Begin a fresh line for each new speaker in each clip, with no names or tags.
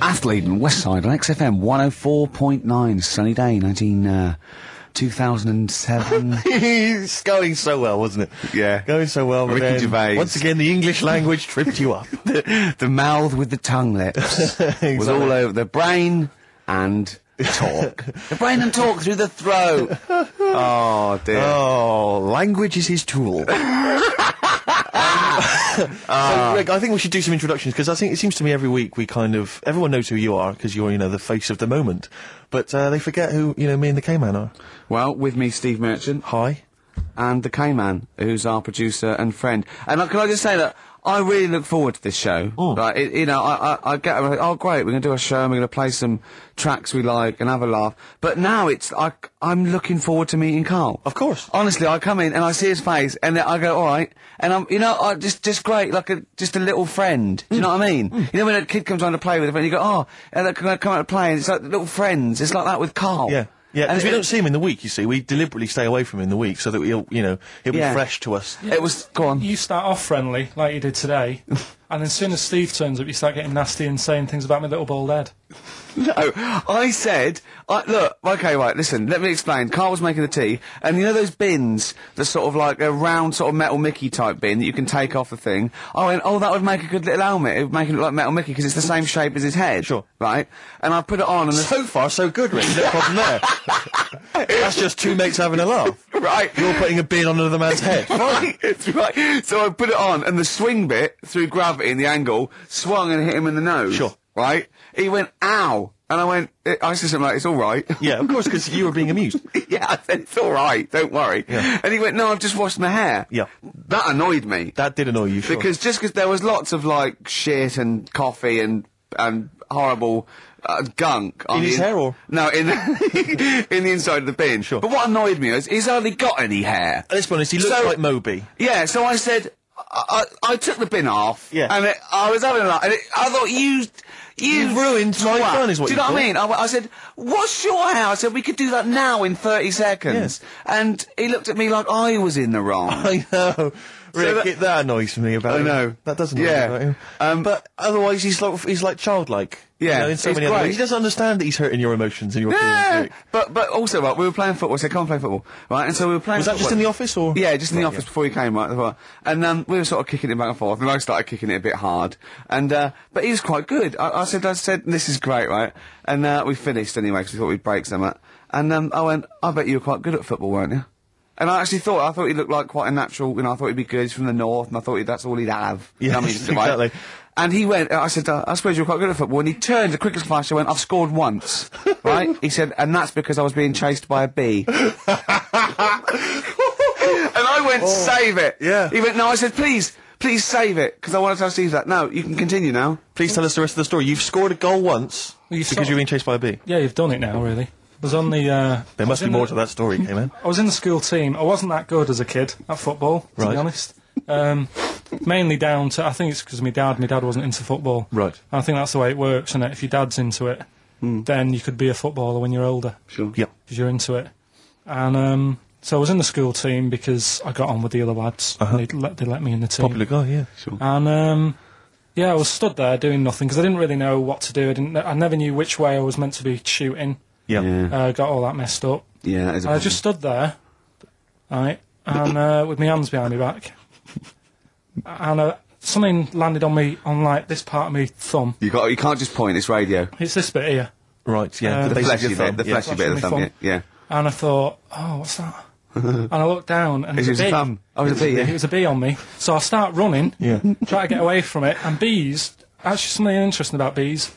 North Leedon, West Side on XFM 104.9, sunny day, 19, uh, 2007.
it's going so well, wasn't it?
Yeah.
Going so well, but
Ricky
then,
Gervais.
once again, the English language tripped you up.
the, the mouth with the tongue lips was
Exactly.
all over the brain and talk. the brain and talk through the throat. Oh, dear.
Oh, language is his tool.
Ah.
so, Rick, I think we should do some introductions because I think it seems to me every week we kind of everyone knows who you are because you're you know the face of the moment, but uh, they forget who you know me and the K Man are.
Well, with me, Steve Merchant.
Hi.
and the K-Man, who's our producer and friend. And uh, can I just say that I really look forward to this show.
Oh.
Like, it, you know, I, I, I get, I think, oh great, we're going to do a show and we're going to play some tracks we like and have a laugh. But now it's like, I'm looking forward to meeting Carl.
Of course.
Honestly, I come in and I see his face and then I go, all right. And I'm, you know, I just, just great, like a, just a little friend.
Mm.
Do you know what I mean? You know when a kid comes on to play with a friend, you go, oh, and they come out to play and it's like little friends. It's like that with Carl.
Yeah. Yeah,
And
because we
it-
don't see him in the week, you see. We deliberately stay away from him in the week so that he'll, you know, he'll
Yeah.
be fresh to us.
It was, go on.
You start off friendly, like you did today, and as soon as Steve turns up, you start getting nasty and saying things about my little bald head.
No, I said, I, look, okay, right, listen, let me explain. Carl was making the tea, and you know those bins, the sort of like a round sort of metal Mickey type bin that you can take off the thing? I went, oh, that would make a good little helmet. It would make it look like metal Mickey because it's the same shape as his head.
Sure.
Right? And I put it on and the
So far, so good, Rick. No problem there. That's just two mates having a laugh.
Right.
You're putting a bin on another man's head.
right, it's right. So I put it on, and the swing bit through gravity and the angle swung and hit him in the nose.
Sure.
Right? He went, ow. And I went, I I said something like, it's all right.
Yeah, of course, because you were being amused.
yeah, I said, it's all right, don't worry.
Yeah.
And he went, no, I've just washed my hair.
Yeah.
That annoyed me.
That did annoy you, sure.
because just because there was lots of, like, shit and coffee and, and horrible uh, gunk on
In
the
his hair or-
No, in, in the inside of the bin.
Sure.
But what annoyed me is he's only got any hair.
At this point, he looks
So-
like Moby.
Yeah, so I said, I, I, I took the bin off.
Yeah.
And it, I was having a laugh, and it, I thought, you. You
You ruined my
twat."
fun is what
Do you
you
know what I
thought.
mean? I, w- I said, what's your hair? I said, we could do that now in 30 seconds.
Yes.
And he looked at me like I was in the wrong.
I know. Rick,
that-
it, that annoys me about
I
him.
know.
That doesn't annoy me
Yeah.
about him.
Um,
but otherwise, he's like, he's like childlike.
Yeah,
You know, in so
he's
many other
great.
ways. He doesn't understand that he's hurting your emotions and your
yeah.
feelings. Rick.
But, but also, right, we were playing football, so can't play football, right? And so we were playing
Was that just
football-
in the office or?
Yeah, just in the office before he came, right? before- And um, we were sort of kicking it back and forth, and I started kicking it a bit hard. And uh, but he was quite good. I, I said, I said, this is great, right? And uh, we finished anyway because we thought we'd break some up. And um, I went, I bet you were quite good at football, weren't you? And I actually thought, I thought he looked like quite a natural, you know, I thought he'd be good, he's from the north, and I thought he, that's all he'd have. You know what I mean?
Yes,
Right?
exactly.
And he went, I said, uh, I suppose you're quite good at football. And he turned as quick as flash and went, I've scored once. right? He said, and that's because I was being chased by a bee. And I went, save it.
Yeah.
He went, no, I said, please, please save it, because I want to tell Steve that. No, you can continue now.
Please tell us the rest of the story. You've scored a goal once
Well, you
because
sort of-
you've been chased by a bee.
Yeah, you've done it now, really. I was on the. Uh,
There
I was
must be
in
more
the-
to that story, K man.
I was in the school team. I wasn't that good as a kid at football, to
Right.
be honest. Um, mainly down to I think it's because my dad. My dad wasn't into football.
Right. Hmm.
And I think that's the way it works, isn't it? If your dad's into it, then you could be a footballer when you're older
Sure.
Yeah.
because you're into it. And um, so I was in the school team because I got on with the other lads. And they let they let me in the team.
Uh-huh. Popular guy, yeah.
And um, yeah, I was stood there doing nothing because I didn't really know what to do. I didn't. kn- I never knew which way I was meant to be shooting.
Yeah.
Uh, got all that messed up.
Yeah, that is a
And I
problem.
just stood there, right, and uh, with my hands behind my back, and uh, something landed on me on like this part of my thumb.
You, got, you can't just point, it's radio.
It's this bit here,
Right, yeah. the
Uh,
The
Basically
base of
fleshy
your thumb.
bit, the
yeah.
fleshy bit of the thumb,
Flashing
yeah.
my and I thought, oh, what's that? and I looked down, and
Is it
it was a
a
bee.
thumb? Oh, it's a bee, yeah.
It was a bee on me, so I start running,
Yeah.
try to get away from it, and bees. Actually, something interesting about bees: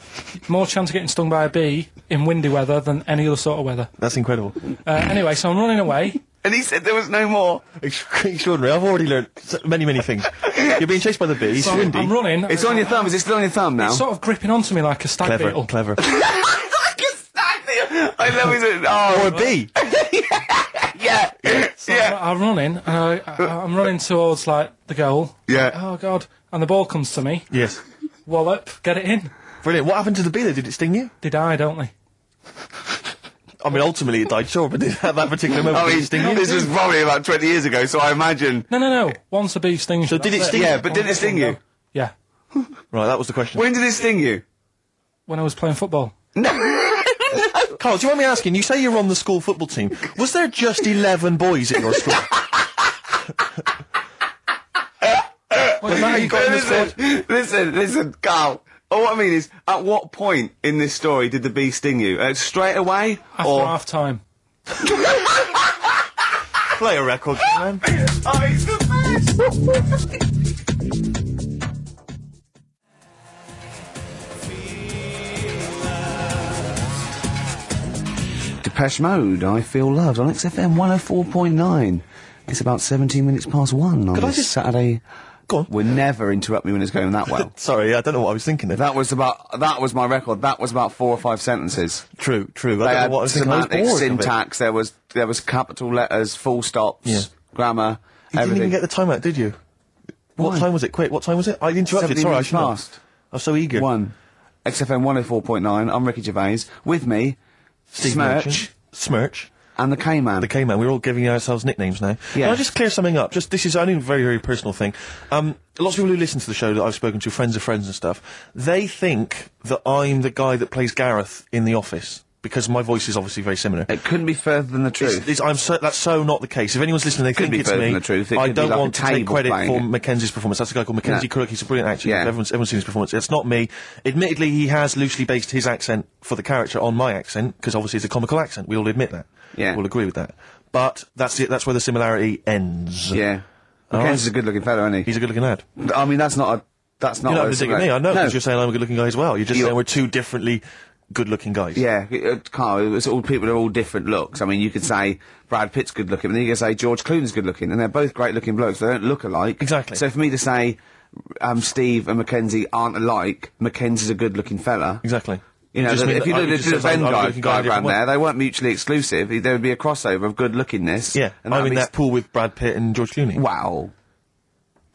more chance of getting stung by a bee in windy weather than any other sort of weather.
That's incredible.
Uh, anyway, so I'm running away.
And he said there was no more.
Ex- Extraordinary. I've already learned so- many, many things. You're being chased by the bee. It's
So I'm,
windy.
I'm running.
It's on your thumb, is it still on your thumb now?
Sort of gripping onto me like a stag
clever,
beetle.
clever.
I love his.
or a
Oh,
bee.
yeah. Yeah.
I'm running, and I, I, I'm running towards like the goal.
Yeah.
Oh God! And the ball comes to me.
yes.
Wallop, get it in.
Brilliant. What happened to the bee? There? Did it sting you?
They die, don't they?
I mean, ultimately it died, sure, but at that particular moment,
I
did
mean,
it sting you?
this was probably about 20 years ago, so I imagine.
No, no, no. Once a bee stings. So
did it sting
Yeah, but didn't it sting you?
Yeah.
Right, that was the question.
When did it sting you?
when I was playing football.
Carl, do you want me asking? You say you're on the school football team. Was there just 11 boys at your school?
What do you mean?
got in the
listen, listen, listen, Carl. Oh, what I mean is, at what point in this story did the bee sting you? Uh, straight away,
After
or
half time.
Play a record, man.
oh, he's the best. Depeche Mode, I Feel Loved on XFM 104.9. It's about 17 minutes past one on
Could I
this
just-
Saturday.
Go on.
Will never interrupt me when it's going that well.
Sorry, I don't know what I was thinking of.
That was about that was my record. That was about four or five sentences.
True, true.
They
I don't
had
know what I was thinking. I was
semantics,
bored of it.
syntax. There was there was capital letters, full stops,
Yeah.
grammar,
You didn't
everything.
even get the time out, did you?
Why?
What time was it? Quick, what time was it? I interrupted.
17
Sorry, I
minutes
should have.
past.
I was so eager.
One. XFM 104.9. I'm Ricky Gervais. With me,
Steve
Smirch
Merchant. Smirch.
and the K-Man.
The K-Man. We're all giving ourselves nicknames now.
Yeah.
Can I just clear something up? Just this is only a very, very personal thing. Um, lots of people who listen to the show that I've spoken to, friends of friends and stuff, they think that I'm the guy that plays Gareth in The Office because my voice is obviously very similar.
it couldn't be further than the truth.
It's- it's- I'm so, that's so not the case. If anyone's listening, they
be
think it's
further
me.
than the truth. It
I
could be
don't
like a
want to take
table
credit
playing
for
it.
Mackenzie's performance. That's a guy called Mackenzie
Yeah.
Crook. He's a brilliant actor.
Yeah.
Everyone's, everyone's seen his performance. It's not me. Admittedly, he has loosely based his accent for the character on my accent because obviously it's a comical accent. We all admit that.
Yeah.
We'll agree with that. But that's it. That's where the similarity ends.
yeah. Mackenzie's a good-looking fellow, isn't he?
He's a good-looking lad. You're
I mean, that's not a... That's not
not
a...
having a dig at me. I know
No.
because you're saying I'm a good-looking guy as well. You're just
You-
saying we're two differently good-looking guys.
Yeah, it- it- Carl, it's all people are all different looks. I mean, you could say Brad Pitt's good looking, and then you could say George Clooney's good looking, and they're both great looking blokes. They don't look alike.
Exactly.
So for me to say um, Steve and Mackenzie aren't alike, Mackenzie's a good looking fella.
Exactly.
You know,
It just
th-
means
if you
that I-
look
it
at
just
the
says I'm-
Venn
I'm a
di-
good-looking guy in a
diagram
different way.
there, they weren't mutually exclusive. There would be a crossover of good lookingness.
Yeah, I'm
that'd
in
be
that pool with Brad Pitt and George Clooney.
s- Wow.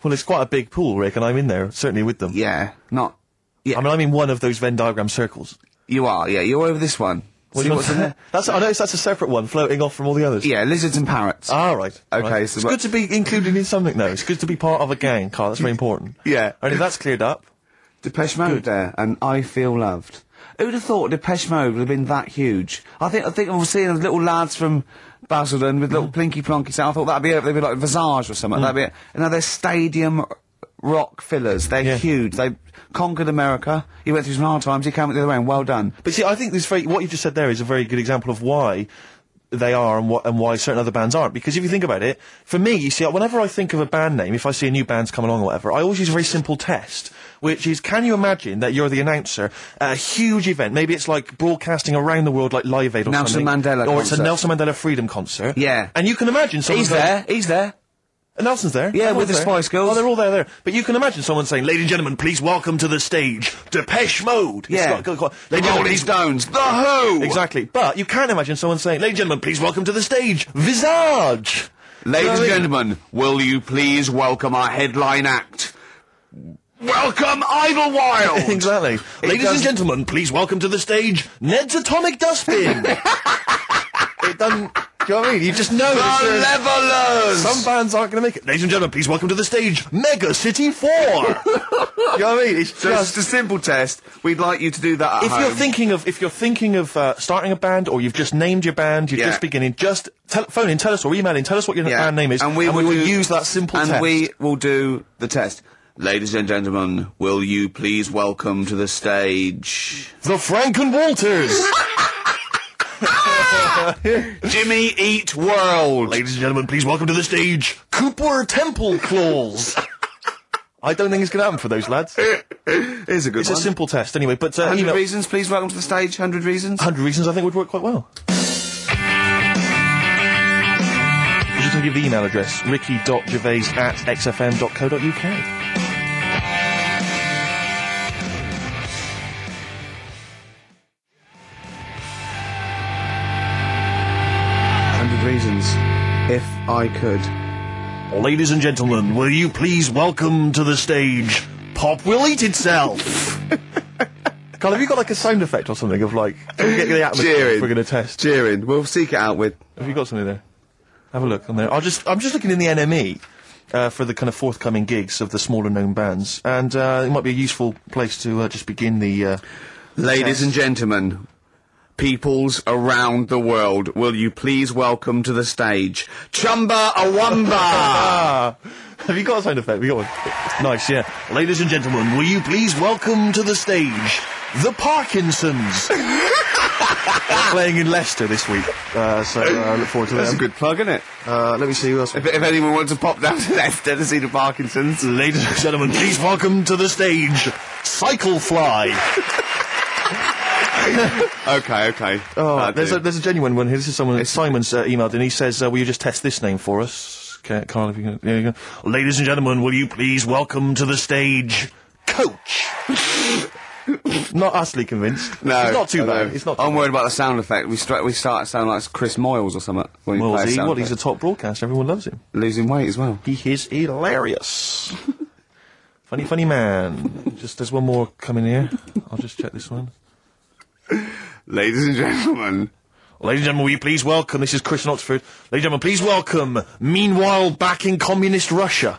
Well, it's quite a big pool, Rick, and I'm in there, certainly with them.
Yeah. Not. Yeah.
I mean, I'm in one of those Venn diagram circles.
you are. Yeah. You're over this one.
What do
See
you
what's in there?
that's, I noticed that's a separate one floating off from all the others.
Yeah. Lizards and parrots.
Ah, right.
Okay,
right.
so
it's
what-
good to be included in something, though. It's good to be part of a gang, Carl. That's very important.
Yeah.
And if that's cleared up,
Depeche Mode there, and I feel loved. Who'd have thought Depeche Mode would have been that huge? I think I think I was seeing those little lads from Basildon with little plinky plonky sound. I thought that'd be it. They'd be like Visage or something. That'd be it. And now they're stadium r- rock fillers. They're
Yeah.
huge. They conquered America. He went through some hard times. He came out the other way, and well done.
But see, I think this very what you just said there is a very good example of why they are and what and why certain other bands aren't. Because if you think about it, for me, you see, whenever I think of a band name, if I see a new band's come along or whatever, I always use a very simple test, which is, can you imagine that you're the announcer at a huge event? Maybe it's like broadcasting around the world, like Live Aid or
Nelson
something,
Mandela
or it's a
concert.
Nelson Mandela Freedom concert.
Yeah.
and you can imagine someone
He's there. He's there.
and Nelson's there.
Yeah, with
Everyone's
the
there.
Spice Girls.
Oh, they're all there, there. But you can imagine someone saying, "Ladies and gentlemen, please welcome to the stage, Depeche Mode." It's
Yeah.
got- got- got- Ladies and gentlemen,
Rolling
please-
Stones. The Who.
Exactly. But you can imagine someone saying, ladies and gentlemen, please welcome to the stage, Visage.
Ladies
Sorry.
and gentlemen, will you please welcome our headline act? Welcome Idlewild.
Exactly. ladies and
doesn't-
gentlemen, please welcome to the stage, Ned's Atomic Dustbin. it doesn't... Do you know what I mean? You just know
The
it's there.
Levelers.
some bands aren't going to make it. Ladies and gentlemen, please welcome to the stage, Mega City 4. Do you know what I mean? It's
So it's
just...
just a simple test. We'd like you to do that at
if
home.
you're thinking of if you're thinking of uh, starting a band or you've just named your band, you're
Yeah.
just beginning. Just tell, phone in, tell us or email in, tell us what your band name is, will
do-
use that simple
And
test.
we will do the test. Ladies and gentlemen, will you please welcome to the stage
The Franken Walters.
Jimmy Eat World?
Ladies and gentlemen, please welcome to the stage Cooper Temple Claws. I don't think it's going to happen for those lads. It's
Here's a good
a
one.
simple test anyway, but uh,
100
you know,
reasons, please welcome to the stage. 100 reasons.
100 reasons I think would work quite well. I'm just going to give the email address ricky.gervais at xfm.co.uk.
reasons. If I could.
Ladies and gentlemen, will you please welcome to the stage Pop Will Eat Itself? Carl, have you got like a sound effect or something of like, to get the atmosphere
Cheering.
if we're going to test?
Cheering. We'll seek it out with.
Have you got something there? Have a look on there. I'll just I'm just looking in the NME uh, for the kind of forthcoming gigs of the smaller known bands, and uh, it might be a useful place to uh, just begin the uh,
Ladies and gentlemen, peoples around the world, will you please welcome to the stage Chumba Awamba?
Ah, have you got a sound effect? We got one. nice, yeah. Ladies and gentlemen, will you please welcome to the stage the Parkinsons, They're playing in Leicester this week. Uh, so uh, I look forward to
That's a
them.
good plug, isn't it?
Uh, let me see who else.
If, if anyone wants to pop down to Leicester to see the Parkinsons.
Ladies and gentlemen, please welcome to the stage Cyclefly.
Okay, okay. Uh,
Oh,
That'll
there's
do.
a there's a genuine one here. This is someone Simon's uh, emailed and he says, uh, "Will you just test this name for us, Ca- Carl? If you can, there you go. Ladies and gentlemen, will you please welcome to the stage, Coach." not utterly convinced.
No,
it's not too
I
bad.
know.
It's not. Too
I'm
bad.
worried about the sound effect. We stra- we start to sound like Chris Moyles or something. When you
Well,
play a
is he,
sound
what, he's a
effect.
top broadcaster. Everyone loves him.
losing weight as well.
He is hilarious. funny, funny man. just there's one more coming here. I'll just check this one.
Ladies and gentlemen,
Ladies and gentlemen, will you please welcome, this is Chris in Oxford. Ladies and gentlemen, please welcome, meanwhile back in communist Russia.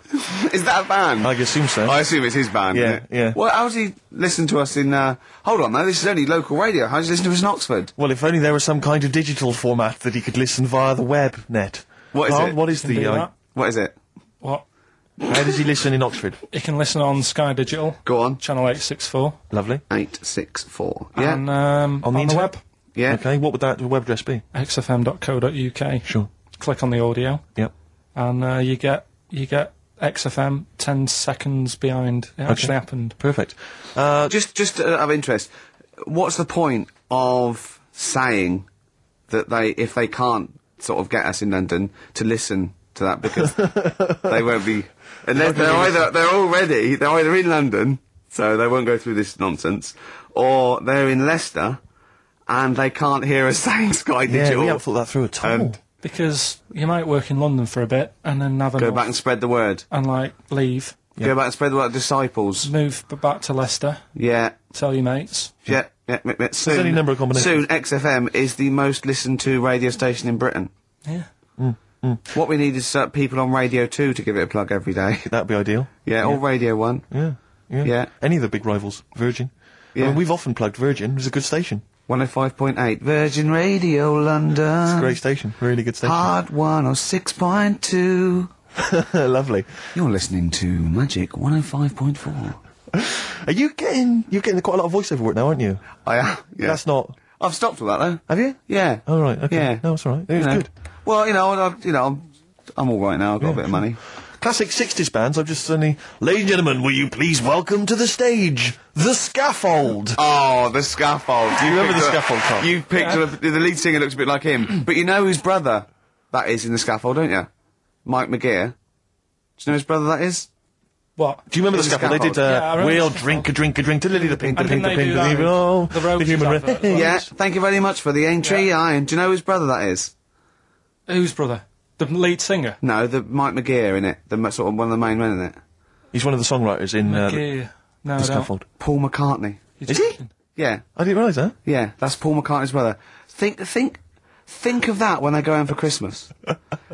is that a band?
I assume so.
Oh, I assume it's his band.
Yeah,
isn't it?
yeah.
Well, how does he listen to us in? Uh, hold on, though. This is only local radio. How does he listen to us in Oxford?
Well, if only there was some kind of digital format that he could listen via the web net.
What is
Well,
it?
What is
Can
the?
do
uh,
that.
What is it?
What?
how does he listen in Oxford?
You can listen on Sky Digital,
Go on.
channel 864,
Lovely.
Eight six four. Yeah,
and um,
On
on,
the
the,
internet?
web,
yeah.
Okay. What would that web address be?
xfm.co.uk.
Sure.
Click on the audio,
Yep.
and uh, you get you get XFM 10 seconds behind it actually happened.
Perfect. Uh,
Just just uh, of interest, what's the point of saying that they if they can't sort of get us in London to listen to that because they won't be unless they're either they're already they're either in London so they won't go through this nonsense or they're in Leicester and they can't hear us saying Sky
yeah,
Digital
we haven't thought that through at all.
and
Because you might work in London for a bit and then have
go
enough
back and spread the word.
and like leave,
Go back and spread the word. Disciples.
move b- back to Leicester,
Yeah.
tell your mates.
Yeah, yeah, yeah, yeah. Soon,
any number of combinations.
Soon, XFM is the most listened to radio station in Britain.
Yeah.
What we need is uh, people on Radio 2 to give it a plug every day.
That'd be ideal.
yeah, or Radio 1.
Yeah. Yeah.
Yeah.
Any of the big rivals, Virgin. I
Yeah.
mean, we've often plugged Virgin. It was a good station.
105.8. Virgin Radio London.
Great station. Really good station.
Hard 106.2.
Lovely.
You're listening to Magic 105.4.
Are you getting? You're getting quite a lot of voiceover work now, aren't you?
I am. Yeah.
That's not.
I've stopped all that though.
Have you?
Yeah.
Oh, right, okay.
Yeah.
No, it's all right. It
You
was
know.
good.
Well, you know, I, I- you know, I'm, I'm all right now. I've got
Yeah,
a bit of
sure.
money.
Classic 60s bands, I've just suddenly. Ladies and gentlemen, will you please welcome to the stage The Scaffold?
Oh, the scaffold. You
remember
picked
the
up-
scaffold, Tom?
You picked up, the lead singer looks a bit like him, but you know whose brother that is in the scaffold, don't you? Mike McGear. Do you know whose brother that is?
What?
Do you remember the
The
scaffold? They did,
Scaffold.
Yeah, I
uh,
remember
we'll
The
drink a drink a drink to Lily the Pink, the
And
Pink,
didn't
the Pink,
they do
the
that
Pink,
in
oh,
The Roses
human
advert as well?
Yeah, thank you very much for the aim tree iron. Do you know whose brother that is?
Whose brother? The lead singer?
No, the Mike McGear in it, the ma- sort of one of the main men in it.
He's one of the songwriters in uh, The
Yeah. No, I don't.
Scaffold.
Paul McCartney.
You're
Is he?
joking.
Yeah,
I didn't realise that.
yeah, that's Paul McCartney's brother. Think, think, think of that when they go home for Christmas.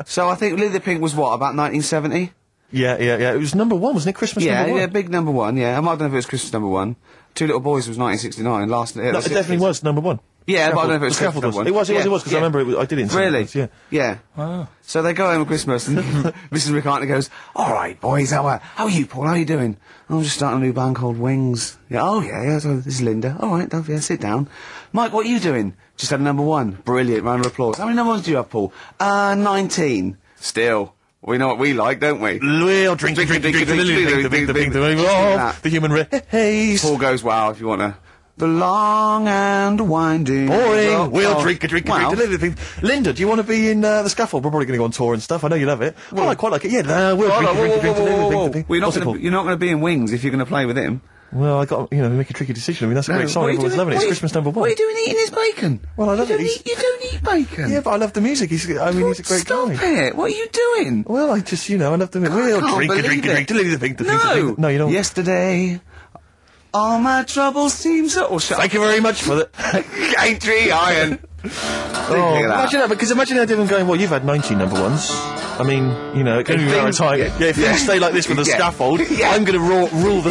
so I think Lily the Pink was what about 1970?
Yeah, yeah, yeah. It was number one, wasn't it? Christmas
Yeah,
number one.
yeah, big number one. Yeah, I don't know if it was Christmas number one. Two Little Boys was 1969. Last hit.
No,
of
it
the
definitely
60s.
was number one.
Yeah, but I don't know if it
The
was
Scaffold
Christmas
was.
number
It was, it
one.
was, it was, because
Yeah.
I remember it was, I did it in
Really?
Scaffold, Yeah.
Yeah.
Wow.
So they go home at Christmas, and Mrs. McCartney goes, "All right, boys, how are, how are you, Paul? How are you doing? I'm just starting a new band called Wings. Yeah, oh yeah, yeah. So this is Linda. All right, love, yeah, sit down. Mike, what are you doing? Just had a number one. Brilliant. Round of applause. How many number ones do you have, Paul? Uh, 19. Still, we know what we like, don't we?
We'll drink a drink a drink to Lily the Pink, the Pink, the Pink, the Pink, oh,
That.
the human race.
Paul goes, wow, if you want to. The long and winding.
Boring.
road-
we'll
oh,
drink a drink a
wow.
drink. Linda, Linda, do you want to be in uh, the scaffold? We're probably going to go on tour and stuff. I know you love it. oh, I quite like it. Yeah, uh, we'll
Hold on,
drink a
whoa,
drink
whoa,
a drink to
whoa,
Linda,
whoa, whoa.
Linda, Linda.
We're not
What's it
gonna-
called?
You're not going to be in Wings if you're going to play with him.
Well, I got you know make a tricky decision. I mean, that's a great song.
What are you
Everyone's
doing-
loving it. It's
what are you-
Christmas number one.
What are you doing eating his bacon?
Well, I love
you
it.
Don't
He's-
eat, you don't eat bacon.
Yeah, but I love the music. He's I mean, he's a great
Stop
guy.
it. What are you doing?
Well, I just you know I love the
I
music. We'll
can't
drink a
believe
drink a
it.
drink to Linda, the Pink, the Pink, the
No.
Pink. No, you don't.
Yesterday, all my troubles seem so... Oh, shut
Thank you very much for Oh, that.
Ain't three iron.
Oh,
Think of that.
imagine that, because imagine how different going, well, you've had 19 number ones. I mean, you know, it can
If
be a matter of
things-
time.
yeah.
Yeah, if
Yeah.
things stay like this with a
Yeah.
scaffold,
Yeah.
I'm going to rule, rule the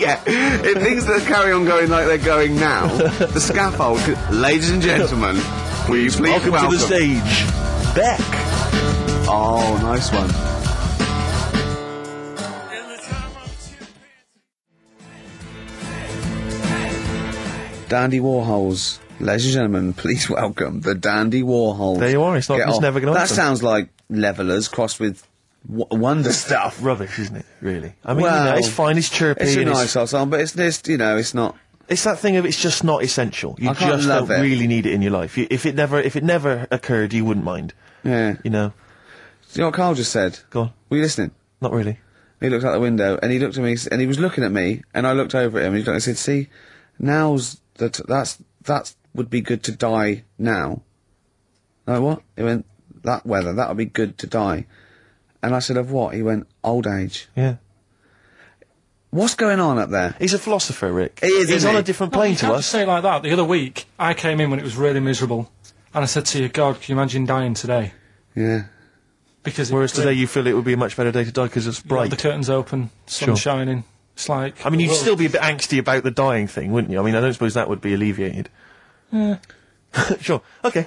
yeah, if things that carry on going like they're going now, the scaffold, could- ladies and gentlemen, will you please welcome,
Welcome, to the stage, Beck.
Oh, nice one. Dandy Warhols. Ladies and gentlemen, please welcome the Dandy Warhols.
There you are, it's not-
Get
it's
off.
never gonna
That
happen.
sounds like levelers crossed with w- wonder stuff.
Rubbish, isn't it? Really? I mean,
Well,
you know, it's fine, it's chirpy,
It's a
and
nice old song, but it's just, you know, it's not.
It's that thing of it's just not essential. You
I can't
just
love
don't
it.
really need it in your life. You, if it never, if it never occurred, you wouldn't mind.
Yeah.
You know,
Do you know what Carl just said?
Go on.
Were you listening?
not really.
He looked out the window and he looked at me s- and he was looking at me and I looked over at him and he looked, I said, "See, now's that that's that would be good to die now." And I went, what? He went that weather that would be good to die, and I said of what? He went old age.
Yeah.
What's going on up there?
He's a philosopher, Rick.
He is,
He's
isn't
on
he?
a different
No,
plane
you
to
can't
us.
just say it like that. The other week, I came in when it was really miserable, and I said to you, "God, can you imagine dying today?"
Yeah,
Because it-
Whereas today, you feel it would be a much better day to die because it's
you know,
bright.
the curtains open, sun
Sure.
shining. It's like
I mean, you'd
Whoa.
still be a bit angsty about the dying thing, wouldn't you? I mean, I don't suppose that would be alleviated.
Hmm.
sure. Okay.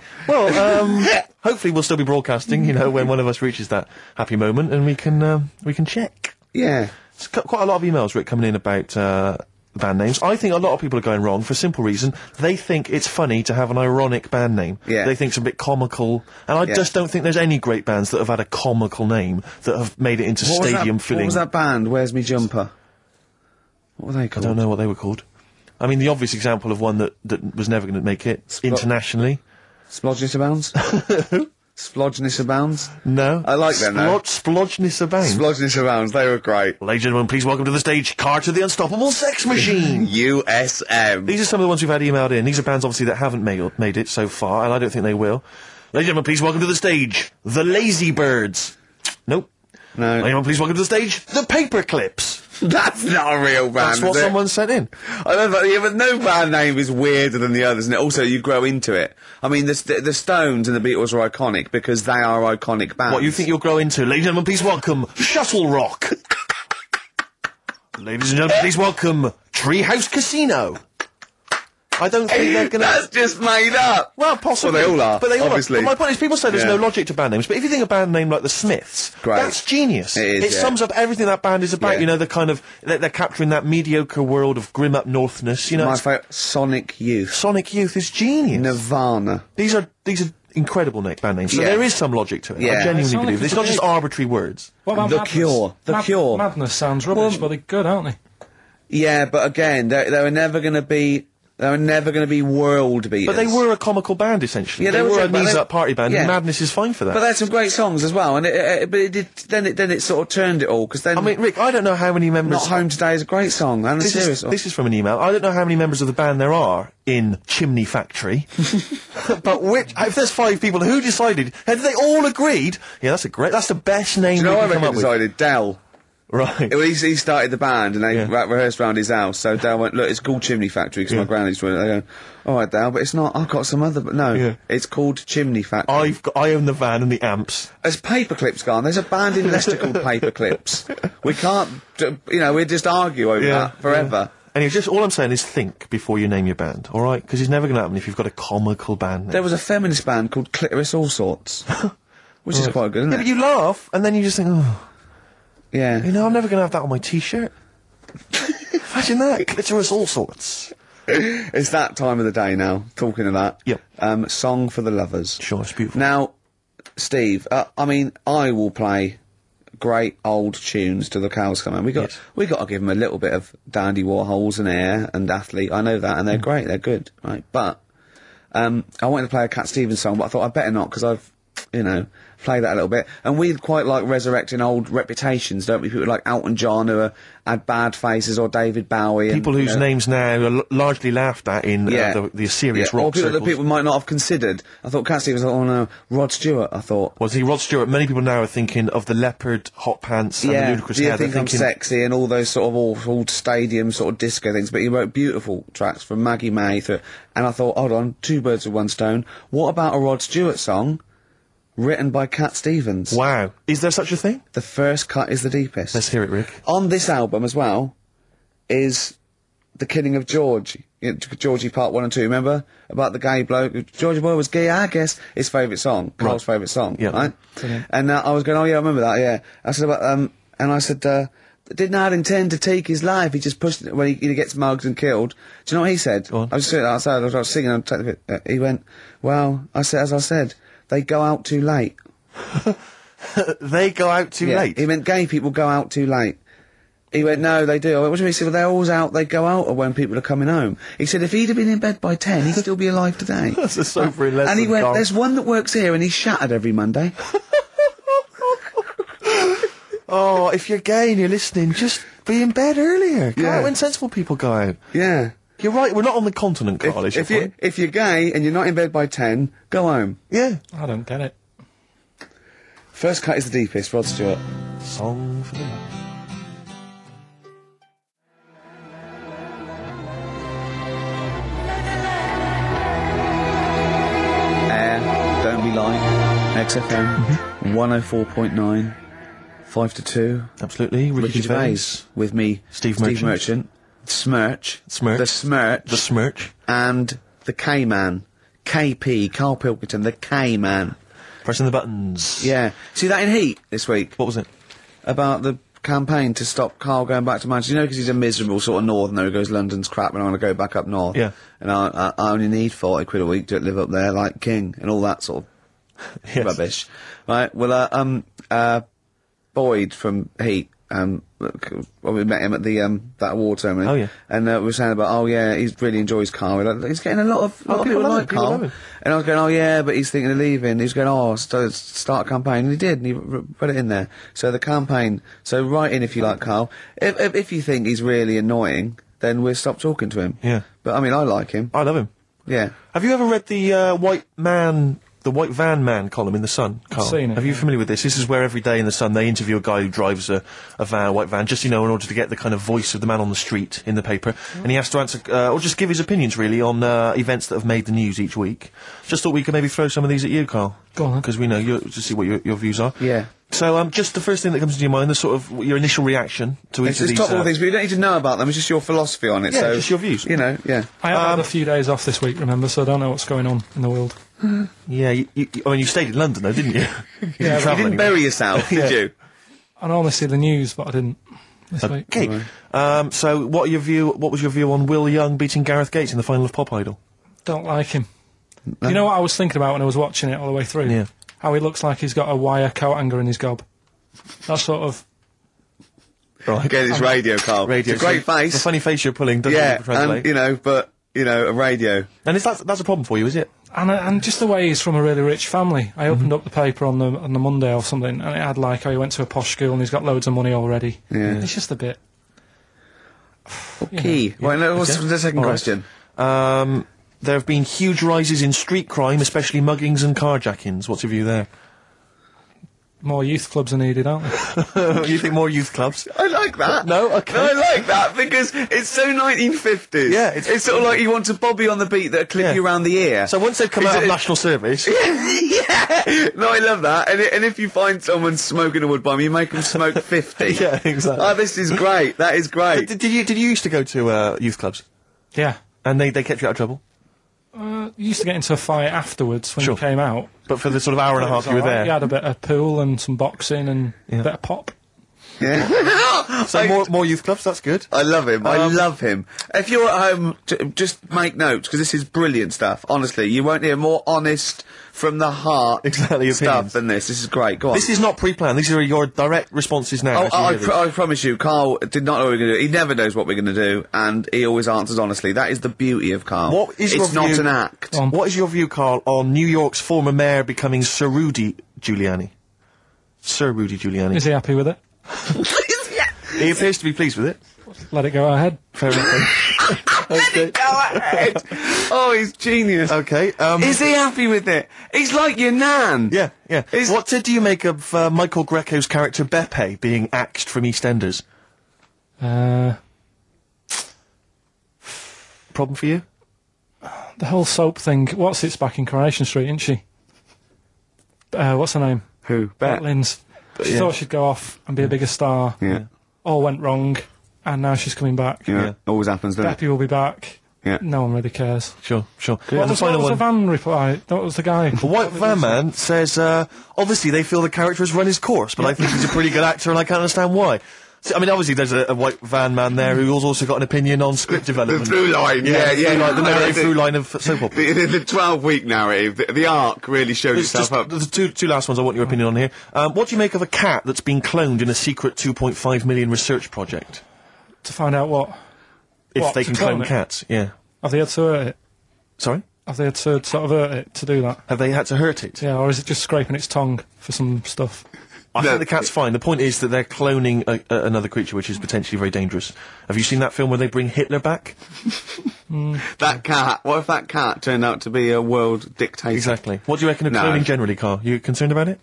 Well, um, hopefully we'll still be broadcasting. You know, when one of us reaches that happy moment, and we can um, we can check.
yeah.
It's cu- quite a lot of emails, Rick, coming in about uh, band names. I think a lot of people are going wrong for a simple reason. They think it's funny to have an ironic band name.
Yeah.
They think it's a bit comical. And I
Yeah.
just don't think there's any great bands that have had a comical name that have made it into
was that-
stadium filling.
What was that band? Where's me jumper? What were they
I
called?
don't know what they were called. I mean, the obvious example of one that, that was never going to make it internationally.
Splodgeness abounds. Splodgeness abounds.
No.
I like them, though.
Splod- Splodgeness Abound.
Splodgeness abounds. They were great.
Ladies and gentlemen, please welcome to the stage Carter the Unstoppable Sex Machine.
USM.
These are some of the ones we've had emailed in. These are bands, obviously, that haven't made, made it so far, and I don't think they will. Ladies and gentlemen, please welcome to the stage the Lazy Birds. Nope.
No.
Ladies and gentlemen, please welcome to the stage the Paperclips.
That's not a real band.
That's what
is it?
someone sent in.
I love that. Yeah, but no band name is weirder than the others, and also you grow into it. I mean, the St- the Stones and the Beatles are iconic because they are iconic bands.
What you think you'll grow into. Ladies and gentlemen, please welcome Shuttle Rock. Ladies and gentlemen, please welcome Treehouse Casino. I don't think they're gonna.
That's just made up.
Well, possibly.
Well, they all are,
But they all
obviously.
Are. But my point is, people say there's
Yeah.
no logic to band names. But if you think a band name like the Smiths,
Great.
that's genius.
It is, yeah.
sums up everything that band is about.
Yeah.
You know, the kind of they're, they're capturing that mediocre world of grim up northness. You know,
My
it's-
favourite Sonic Youth,
Sonic Youth is genius.
Nirvana.
These are these are incredible na- band names. So
Yeah.
there is some logic to it.
Yeah.
I genuinely
Sonic
believe it.
is
it's not just
great.
arbitrary words.
What about
The
Madness?
Cure. The Cure.
Madness sounds rubbish, but they're good, aren't they?
Yeah, but again, they they were never going to be they were never going to be world beaters.
But they were a comical band essentially.
Yeah, they
they,
were
were a
good, but
knees
they-
up party band.
yeah.
and Madness is fine for that.
But they had some great songs as well, and it, it, it- but it did, then it then it sort of turned it all because then
I mean, Rick, I don't know how many members.
Not Home Today is a great song. And a
This
serious
is,
song.
this is from an email. I don't know how many members of the band there are in Chimney Factory, but which, if there's five people, who decided? Have they all agreed? Yeah, that's a great. That's the best name
you know,
we
I
can come
reckon
up with.
decided Dell.
Right.
Well, he, he started the band and they
Yeah.
re- rehearsed round his house. So Dale went, look, it's called Chimney Factory because my granny used to. They go, all right, Dale, but it's not. I've got some other. But no,
Yeah.
it's called Chimney Factory.
I've got, I own the van and the amps.
As paperclips gone, there's a band in Leicester called Paperclips. We can't, d- you know, we just argue over that forever.
yeah. Anyway, just all I'm saying is think before you name your band, all right? Because it's never going to happen if you've got a comical band name.
There was a feminist band called Clitoris All Sorts, which is quite good, isn't
yeah,
it?
but you laugh and then you just think, oh,
yeah.
you know, I'm never going to have that on my T-shirt. Imagine that. Clitoris all sorts.
It's that time of the day now. Talking of that,
Yep.
Um, song for the lovers.
Sure, it's beautiful.
Now, Steve, uh, I mean, I will play great old tunes to the cows come in. We got
Yes.
we got to give them a little bit of Dandy Warhols and Air and Athlete. I know that, and
Mm.
they're great. They're good, right? But um, I wanted to play a Cat Stevens song, but I thought I would better not because I've you know played that a little bit. And we quite like resurrecting old reputations, don't we? People like Elton John who are, had bad faces, or David Bowie. and,
people
you
whose
know,
names now are l- largely laughed at in uh, the, the serious
Yeah,
rock
or people
circles.
that people might not have considered. I thought Cat Stevens. I thought, oh no, Rod Stewart. I thought.
Well, see, Rod Stewart, many people now are thinking of the leopard hot pants and the
yeah,
ludicrous
do you
hair. They're
think I'm
thinking,
sexy and all those sort of awful stadium sort of disco things? But he wrote beautiful tracks from Maggie May through, and I thought, hold on, two birds with one stone. What about a Rod Stewart song? written by Cat Stevens.
Wow. Is there such a thing?
The first cut is the deepest.
Let's hear it, Rick.
On this album as well is The Killing of George. You know, G- Georgie Part 1 and 2, remember? About the gay bloke. Georgie Boy was gay, I guess. His favourite song. Carl's favourite song.
Yeah.
Right? And uh, I was going, oh yeah, I remember that, yeah. I said about, um, and I said, uh, did not intend to take his life. He just pushed it when he, he gets mugged and killed. Do you know what he said?
on.
I was sitting outside. I was, I was singing. I was taking the- uh, he went, "Well, I said, as I said, they go out too late."
They go out too
Yeah.
late.
He meant gay people go out too late. He went, no, they do. I went, what do you mean? He said, well, they're always out, they go out when people are coming home. He said, if he'd have been in bed by 10, he'd still be alive today.
That's a sobering lesson.
and he went,
Carl.
there's one that works here and he's shattered every Monday.
Oh, if you're gay and you're listening, just be in bed earlier. Go
Yeah.
out when sensible people go out.
yeah.
You're right, we're not on the continent, Carl, is your
if, you,
point.
if you're gay and you're not in bed by 10, go home.
Yeah.
I don't get it.
First cut is the deepest, Rod Stewart.
Song for the night.
Air, Don't Be Lying, XFM, 104.9, 5 to 2.
Absolutely. Ricky,
Ricky Gervais with me,
Steve Merchant.
Merchant, Smirch,
Smirch.
the Smirch,
The Smirch.
and the K Man, KP, Carl Pilkington, the K Man.
Pressing the buttons.
Yeah, see that in Heat this week
What was it?
about the campaign to stop Carl going back to Manchester. You know, because he's a miserable sort of northerner who goes, "London's crap, and I want to go back up north."
Yeah.
and I, I, I only need forty quid a week to live up there like king and all that sort of
Yes.
rubbish. Right. Well, uh, um, uh, Boyd from Heat. Um, look, well, we met him at the um that award ceremony.
Oh, yeah.
And uh, we were saying about, oh yeah, he really enjoys Carl. We're like, he's getting a lot of, lot of
people
people
Oh, love
like
him, people love
Carl.
him.
And I was going, oh yeah, but he's thinking of leaving. He's going, oh, st- start a campaign. And he did, and he r- put it in there. So the campaign. So write in if you like Carl. If if, if you think he's really annoying, then we'll stop talking to him.
Yeah.
But I mean, I like him.
I love him.
Yeah.
Have you ever read the uh, White Man, the White Van Man column in the Sun? Carl?
seen it,
Are you
yeah.
familiar with this? This is where every day in the Sun they interview a guy who drives a, a van, a white van, just you know, in order to get the kind of voice of the man on the street in the paper,
Mm.
and he has to answer uh, or just give his opinions really on uh, events that have made the news each week. Just thought we could maybe throw some of these at you, Carl.
Go on then.
because we know you to see what your, your views are.
Yeah.
So um, just the first thing that comes to your mind, the sort of your initial reaction to
It's,
each of
it's
these.
top of
uh,
all things, but you don't need to know about them. It's just your philosophy on it.
Yeah,
so,
just your views.
You know, yeah.
I have
Um,
had a few days off this week, remember, so I don't know what's going on in the world.
yeah, you, you, I mean, you stayed in London though, didn't you? you
Yeah, but you
You
travel
didn't
anywhere.
bury yourself, did you?
I normally see the news, but I didn't this
Uh,
week.
Okay. Um, so, what are your view? What was your view on Will Young beating Gareth Gates in the final of Pop Idol?
Don't like him. You know what I was thinking about when I was watching it all the way through?
uh, Yeah.
How he looks like he's got a wire coat hanger in his gob. That sort of.
Right.
Again, it's radio, Carl.
Radio.
It's a great
so The
face.
funny face you're pulling doesn't
yeah,
translate.
and, you know, but, you know, a radio.
and is that that's a problem for you, is it?
And, uh, and just the way he's from a really rich family. I
Mm-hmm.
opened up the paper on the on the Monday or something, and it had like how he went to a posh school and he's got loads of money already.
Yeah.
It's just a bit.
Key. Right, now, what's
Okay.
the second
All right.
question?
Um, there have been huge rises in street crime, especially muggings and carjackings. What's your view there?
More youth clubs are needed, aren't they?
you think more youth clubs?
I like that.
No, okay.
I like that because it's so 1950s.
Yeah, it's-
sort of like you want a bobby on the beat that'll clip
Yeah.
you around the ear.
So once they've come
Is
out of
it-
national service,
yeah, no, I love that. And, i- and if you find someone smoking a wood bomb, you make them smoke fifty.
Yeah, exactly.
Oh, this is great. That is great.
did, did you did you used to go to uh, youth clubs
yeah.
and they, they kept you out of trouble?
Uh, you used to get into a fight afterwards when
Sure.
you came out.
But for the sort of hour and a half you were there,
You had a bit of pool and some boxing and
Yeah.
a bit of pop.
Yeah.
so more more youth clubs. That's good.
I love him. I
Um,
love him. If you're at home, j- just make notes because this is brilliant stuff. Honestly, you won't hear more honest from the heart
Exactly, opinions.
stuff than this. This is great. Go on.
This is not pre-planned. These are your direct responses now.
Oh,
as you
I, I,
hear these.
pr- I promise you, Carl did not know what we were going to do. He never knows what we're going to do, and he always answers honestly. That is the beauty of Carl.
What is your
it's not
view-
an act.
on.
What is your view, Carl, on New York's former mayor becoming Sir Rudy Giuliani? Sir Rudy Giuliani.
Is he happy with it?
Yeah.
He appears to be pleased with it.
Let it go ahead.
Fair enough. okay.
Go ahead. oh, he's genius.
Okay. Um,
Is he happy with it? He's like your nan.
yeah, yeah.
Is-
what did you make of uh, Michael Greco's character Beppe being axed from EastEnders?
Uh,
Problem for you?
the whole soap thing. What's its back in Coronation Street, isn't she? uh, what's her name?
Who? Bet.
Lynn's. She
yeah.
thought she'd go off and be a bigger star.
Yeah.
All went wrong, and now she's coming back.
Yeah.
Yeah.
Always happens, doesn't
Deppy will be back.
it? Yeah.
No one really cares.
Sure, sure.
What
And the
was, what
final
was the
one.
van reply? That was the guy.
The White Van Man says, uh, obviously they feel the character has run his course, but I think he's a pretty good actor and I can't understand why. So, I mean, obviously there's a, a White Van Man there who's also got an opinion on script
line.
development. through line- the narrative
The-
through line of soap opera.
The, the, the 12 week narrative, the, the arc really showed
It's
itself
just
up.
the the two, two last ones I want your opinion on here. Um, what do you make of a cat that's been cloned in a secret 2.5 million research project?
to find out what
If
What,
they
to
can
clone
clone
it?
cats, yeah.
have they had to hurt it?
Sorry?
Have they had to sort of hurt it to do that?
Have they had to hurt it?
Yeah, or is it just scraping its tongue for some stuff?
I
No.
think the cat's fine. The point is that they're cloning a, a, another creature which is potentially very dangerous. Have you seen that film where they bring Hitler back?
That cat, what if that cat turned out to be a world dictator?
Exactly. What do you reckon of
No.
cloning generally, Carl? You concerned about it?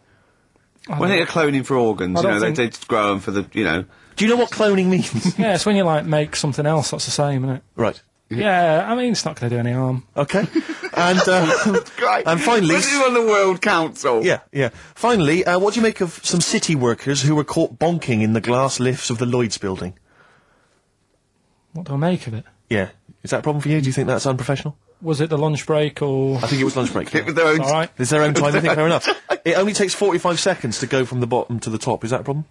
I
When
don't-
they're cloning for organs,
I
you know, they
don't think-
did grow them for the, you know.
Do you know what cloning means?
yeah, it's when you like make something else that's the same, isn't it?
right.
Yeah, I mean it's not going to do any harm.
Okay. And uh,
Great.
And finally-
This is on the World Council.
yeah, yeah. Finally, uh, what do you make of some city workers who were caught bonking in the glass lifts of the Lloyd's building?
What do I make of it?
Yeah. Is that a problem for you? Do you think that's unprofessional?
Was it the lunch break or?
I think it was lunch break.
It was their own-
It's all right.
It's their own time. I think fair enough. It only takes forty-five seconds to go from the bottom to the top. Is that a problem?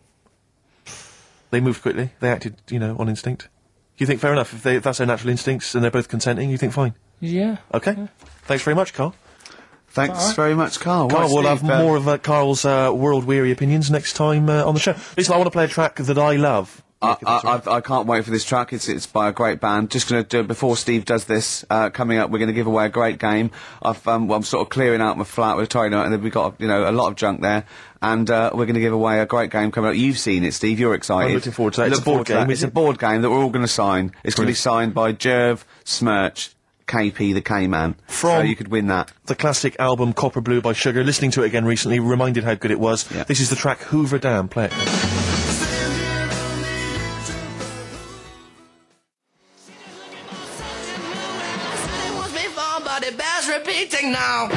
They moved quickly. They acted, you know, on instinct. You think fair enough if, they, if that's their natural instincts and they're both consenting. You think fine.
Yeah.
Okay. Thanks very much, Carl.
Thanks
All right.
very much, Carl.
Carl,
Right,
we'll
Steve,
have
uh,
more of uh, Carl's uh, world-weary opinions next time uh, on the show. Listen, I want to play a track that I love.
I,
Yeah, that's all
I, I, I can't wait for this track. It's it's by a great band. Just going to do before Steve does this. Uh, coming up, we're going to give away a great game. I've, um, well, I'm sort of clearing out my flat. We're tidying up, and then we got you know a lot of junk there, and uh, we're going to give away a great game coming up. You've seen it, Steve. You're excited.
I'm looking forward to that. It's a board
forward to that.
game,
It's
is
a
it?
board game that we're all going to sign. It's going to be signed
Brilliant.
by Jerv Smirch, KP the K Man. so
From-
you could win that.
the classic album Copper Blue by Sugar. Listening to it again recently, reminded how good it was.
Yeah.
This is the track Hoover Dam. Play it.
was before, but it bears repeating now.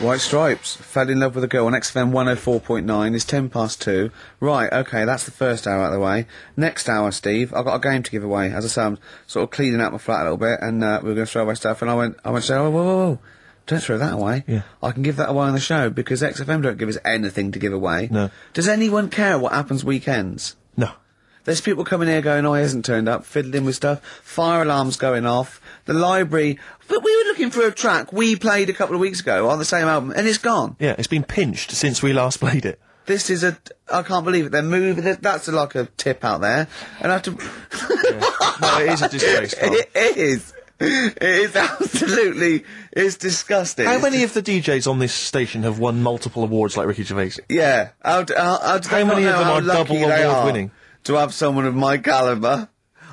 White Stripes fell in love with a girl on XFM 104.9. It's 10 past 2. Right, okay, that's the first hour out of the way. Next hour, Steve, I've got a game to give away. As I say, I'm sort of cleaning out my flat a little bit and uh, we were going to throw away stuff and I went, I went, say, oh, whoa, whoa, whoa. Don't throw that away.
Yeah.
I can give that away on the show because XFM don't give us anything to give away.
No.
Does anyone care what happens weekends?
No.
There's people coming here going, oh, he hasn't turned up, fiddling with stuff, fire alarms going off, the library. But we were looking for a track we played a couple of weeks ago on the same album, and it's gone.
Yeah, it's been pinched since we last played it.
This is a, I can't believe it. They're moving. that- That's like a tip out there, and I have to.
No, it is a disgrace, Carl.
it it is. It is absolutely. It's disgusting.
How
It's
many of the DJs on this station have won multiple awards like Ricky Gervais?
Yeah. How, d- how, how, do
How
they not
many of
know
them
how
are double
lucky they
award
are
winning?
To have someone of my calibre.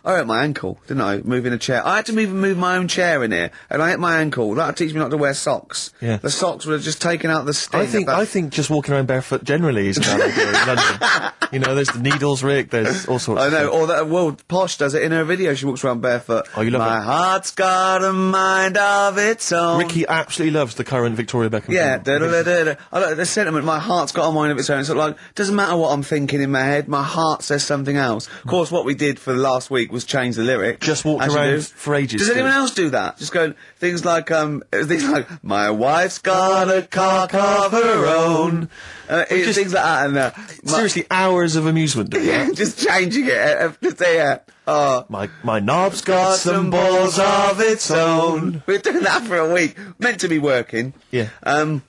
I hurt my ankle, didn't I? Moving a chair. I had to move move my own chair in here, and I hit my ankle. That'll teach me not to wear socks.
Yeah.
The socks would have just taken out the sting.
I
of
think
that-
I think just walking around barefoot generally is a bad idea in London. You know, there's the needles rig, there's all sorts.
I know,
Of stuff.
or that, well, Posh does it in her video, she walks around barefoot.
Oh, you love
My
it.
heart's got a mind of its own.
Ricky absolutely loves the current Victoria Beckham.
Yeah,
film.
da, da, da, da, da. I like the sentiment. My heart's got a mind of its own. It's sort of like doesn't matter what I'm thinking in my head. My heart says something else. Of course, what we did for the last week was change the lyric.
Just walked
as you
around
do.
for ages,
Does anyone
Steve.
else do that? Just go things like um things like my wife's got a cock of her own. Uh, it-
just-
things like that and uh, my-
Seriously, hours of amusement. doing that.
just changing it. Uh, uh, just, yeah. Oh.
My my knob's
Got
got some balls of its own.
We're doing that for a week. Meant to be working.
Yeah.
Um.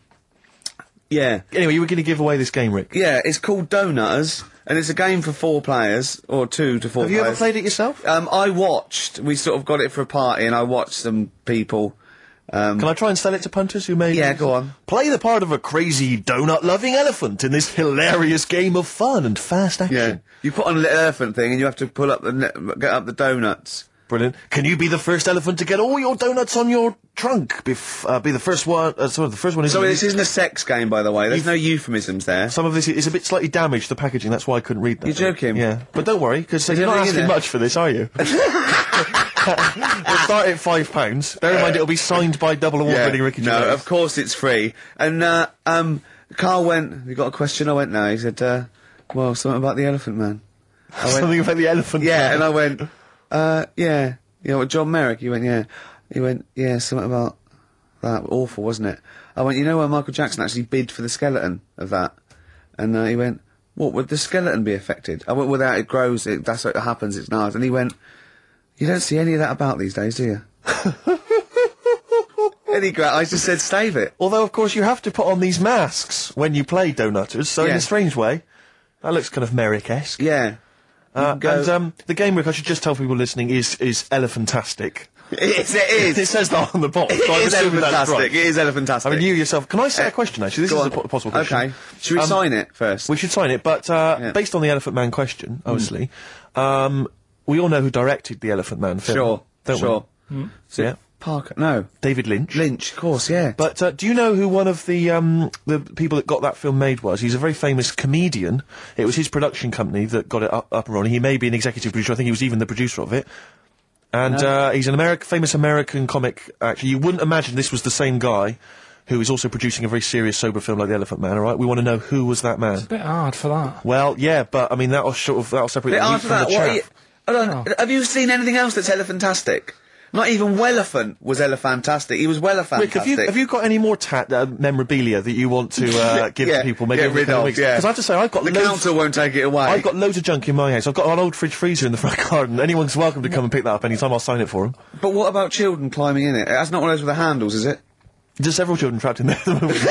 Yeah.
Anyway, you were going to give away this game, Rick.
Yeah, it's called Donutters, and it's a game for four players or two to four.
Have you ever
players.
played it yourself?
Um, I watched. We sort of got it for a party, and I watched some people. Um,
Can I try and sell it to punters who may?
Yeah, go on.
Play the part of a crazy donut-loving elephant in this hilarious game of fun and fast action.
yeah, you put on a little elephant thing, and you have to pull up the ne- get up the donuts.
Brilliant. Can you be the first elephant to get all your donuts on your trunk? Bef- uh, be the first one. Uh, sorry, the first one is.
So this isn't a sex game, by the way. There's no euphemisms there.
Some of this is a bit slightly damaged, the packaging, that's why I couldn't read that.
You're joking?
Yeah. But don't worry, because
Is
you're not
everything in
asking
there?
much for this, are you? We'll start at £5. pounds. Bear in mind, it'll be signed by double award winning Ricky
no,
Gervais.
of course it's free, and uh, um, Carl went, "Have you got a question?" I went, "No." He said, uh, "Well, something about the Elephant Man." I went,
Something about the elephant.
Yeah, and I went, uh, yeah. You know, John Merrick, he went, yeah. He went, yeah, something about that. Awful, wasn't it? I went, you know where Michael Jackson actually bid for the skeleton of that? And uh, he went, what, would the skeleton be affected? I went, without it grows, it, that's what happens, it's nice. And he went, you don't see any of that about these days, do you? and he gra- I just said, save it.
Although, of course, you have to put on these masks when you play Donutters, so in
Yeah.
a strange way, that looks kind of Merrick-esque.
Yeah.
Uh,
go-
and um, the game Rick, I should just tell people listening, is is elephantastic.
It is, it is.
It says that on the box.
It
so I'm
is
assuming that's
elephantastic.
right.
It is elephantastic.
I mean, you yourself. Can I say
Uh,
a question? Actually, this
Go
is a
on.
po- possible question.
Okay. Should we
Um,
sign it first?
We should sign it, but uh,
Yeah. Hmm.
based on the Elephant Man question, obviously, um, we all know who directed the Elephant Man film.
Sure.
don't
sure.
we?
So-
Hmm? Yeah.
Parker. No.
David Lynch.
Lynch, of course, yeah.
But uh, do you know who one of the um, the people that got that film made was? He's a very famous comedian. It was his production company that got it up, up and running. He may be an executive producer. I think he was even the producer of it. And uh, he's an Ameri- famous American comic. Actually, you wouldn't imagine this was the same guy who is also producing a very serious, sober film like The Elephant Man. All right, we want to know who was that man.
Bit hard for that.
Well, yeah, but I mean that'll sort of that'll separate
But
the wheat
after
from
that,
the
what are
chaff.
you, hold on.
Oh.
Have you seen anything else that's elephantastic? Not even Wellephant was elephantastic. He was Wellefantastic.
Rick, have you have you got any more tat uh, memorabilia that you want to uh, give
Yeah,
to people? Maybe
get
over the
rid
coming
of,
weeks?
yeah.
Because I have to say, I've got
The
loads-
council won't take it away.
I've got loads of junk in my house. I've got an old fridge freezer in the front garden. Anyone's welcome to come and pick that up anytime. I'll sign it for them.
But what about children climbing in it? That's not one of those with the handles, is it?
There's several children trapped in there at the moment.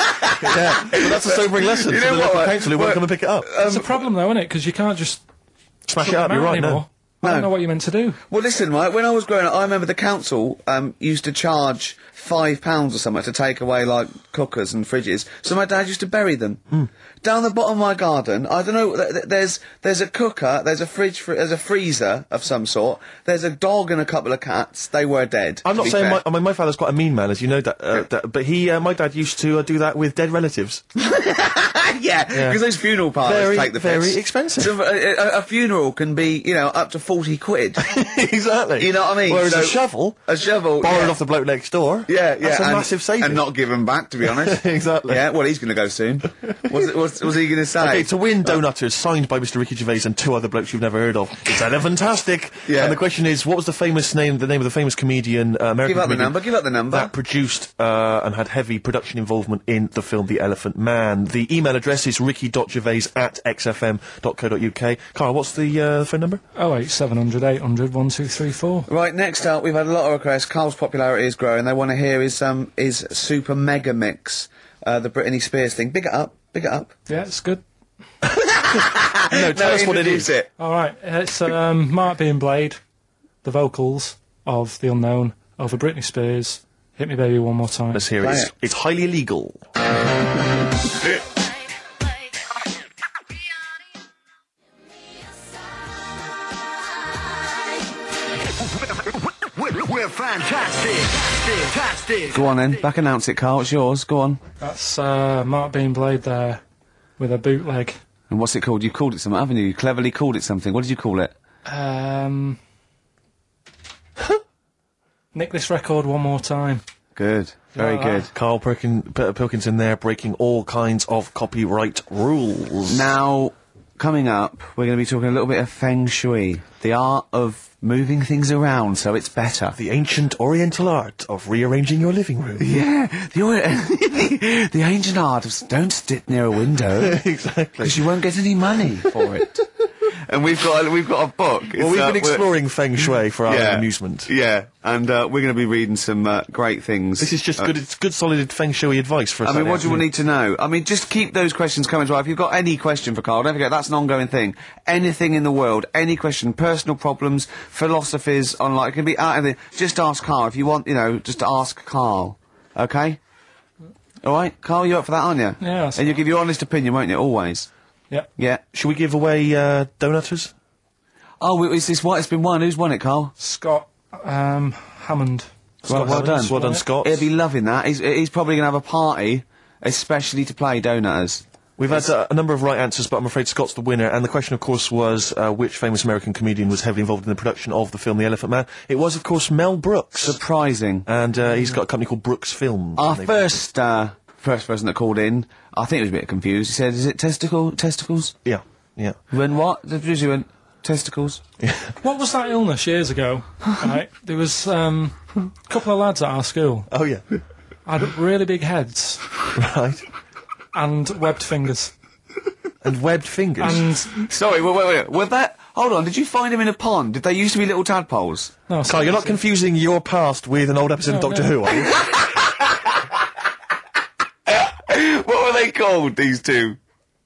yeah, but that's a sobering lesson
You
for
know
the
what,
local
uh,
council who won't
well,
come and pick it up.
It's a problem though, isn't it? Because you can't just
Smash it
chuck
up.
them
You're
out
right. No.
anymore. I
No.
don't know what you're meant to do.
Well, listen, right. When I was growing up, I remember the council um, used to charge five pounds or something to take away like cookers and fridges. So my dad used to bury them
Hmm.
down the bottom of my garden. I don't know. Th- th- there's there's a cooker, there's a fridge, fr- there's a freezer of some sort. There's a dog and a couple of cats. They were dead. to
I'm not
be
saying
fair.
my, I mean, my father's quite a mean man, as you know that, uh,
Yeah.
that but he, uh, my dad used to uh, do that with dead relatives.
yeah, because those funeral parties
Very,
take the
very
piss.
expensive.
So, uh, a, a funeral can be, you know, up to forty quid.
exactly.
You know what I mean?
Whereas a
So-
shovel,
a shovel,
borrowed
yeah.
off the bloke next door.
Yeah, yeah,
that's a
and,
massive saving.
and not given back, to be honest.
Exactly.
Yeah, well, he's going to go soon. What's, what's, what's he going to say?
Okay, to win
Oh.
Donutters, signed by Mr. Ricky Gervais and two other blokes you've never heard of. It's fantastic.
Yeah.
And the question is, what was the famous name? The name of the famous comedian, uh, American
Give out the
comedian
number, give out the number.
that produced uh, and had heavy production involvement in the film The Elephant Man. The email address is ricky.gervais at xfm.co.uk. Carl, what's the uh, phone number?
Oh eight seven hundred eight hundred one two three four.
Right, next up, we've had a lot of requests. Carl's popularity is growing. They want to hear his, um, his super mega mix, uh, the Britney Spears thing. Big it up, big it up.
Yeah, it's good.
No, tell us what it
introduce
is.
It.
All right, it's um, Mark being Blade, the vocals of the unknown over Britney Spears. Hit me, baby, one more time.
Let's hear it.
Play
It's,
it.
it's highly illegal.
We're, we're fantastic, fantastic, fantastic.
Go on then, back announce it, Carl. It's yours. Go on.
That's uh, Mark being Blade there with a bootleg.
And what's it called? You called it something, haven't you? You cleverly called it something. What did you call it?
Um, nick this record one more time.
Good. Very
Yeah.
good.
Carl Perkin, P- Pilkinson there breaking all kinds of copyright rules.
Now, coming up, we're going to be talking a little bit of feng shui, the art of moving things around so it's better.
the ancient oriental art of rearranging your living room.
Yeah, the, or- the, the ancient art of s- don't sit near a window
exactly.
because you won't get any money for it. and we've got a, we've got a book. uh,
Well, we've been exploring feng shui for our own amusement.
Yeah, and uh, we're going to be reading some uh, great things.
This is just good. It's good, solid feng shui advice for. a
Uh, I mean,
Saturday
what do we
afternoon.
need to know? I mean, just keep those questions coming. Right, if you've got any question for Carl, don't forget that's an ongoing thing. Anything in the world, any question, personal problems, philosophies, on like it can be out of the. Just ask Carl if you want. You know, just ask Carl. Okay. All right, Carl, you up for that, aren't you?
Yeah, that's
And you give your honest opinion, won't you? Always.
Yep.
Yeah.
Should we give away uh, donutters?
Oh, it- it's, it's what it's been won. Who's won it, Carl?
Scott um, Hammond.
Well, well done.
Well, done, Scott.
He'll be loving that. He's, he's probably going to have a party, especially to play donuts.
We've had uh, a number of right answers, but I'm afraid Scott's the winner. And the question, of course, was uh, which famous American comedian was heavily involved in the production of the film The Elephant Man? It was, of course, Mel Brooks,
Surprising.
and uh, he's got a company called Brooks Films.
Mm. Our
and they've-
first uh, first person that called in, I think he was a bit confused. He said, "Is it testicle testicles?
Yeah, yeah.
When what?" The producer went, "Testicles."
What was that illness years ago? Right, there was um, a couple of lads at our school
Oh yeah,
had really big heads
right.
and webbed fingers,
And webbed fingers.
and
Sorry, wait, wait, wait. Were that? Hold on. Did you find him in a pond? Did they used to be little tadpoles?
no,
Carl, you're not confusing your past with an old episode of
No,
Doctor
no.
Who, are you?
What were they called? These two?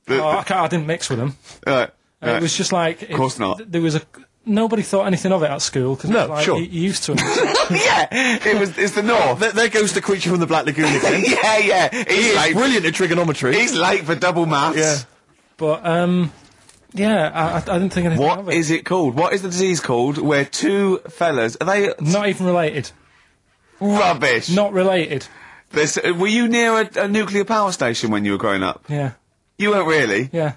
oh, I, can't- I didn't mix with them.
Right,
Uh,
right.
It was just like, of
course not.
There was a nobody thought anything of it at school because
No,
like,
sure.
you, you used to it.
yeah, it was. It's the north.
there, there goes the creature from the Black Lagoon again.
yeah, yeah. He's
He is
late.
brilliant at trigonometry.
He's late for double maths.
yeah.
but um, yeah, I, I, I didn't think anything of
What
it.
is it called? What is the disease called? Where two fellas are they
Not even related.
rubbish?
Not related.
There's, uh, were you near a, a nuclear power station when you were growing up?
Yeah,
You weren't really.
yeah.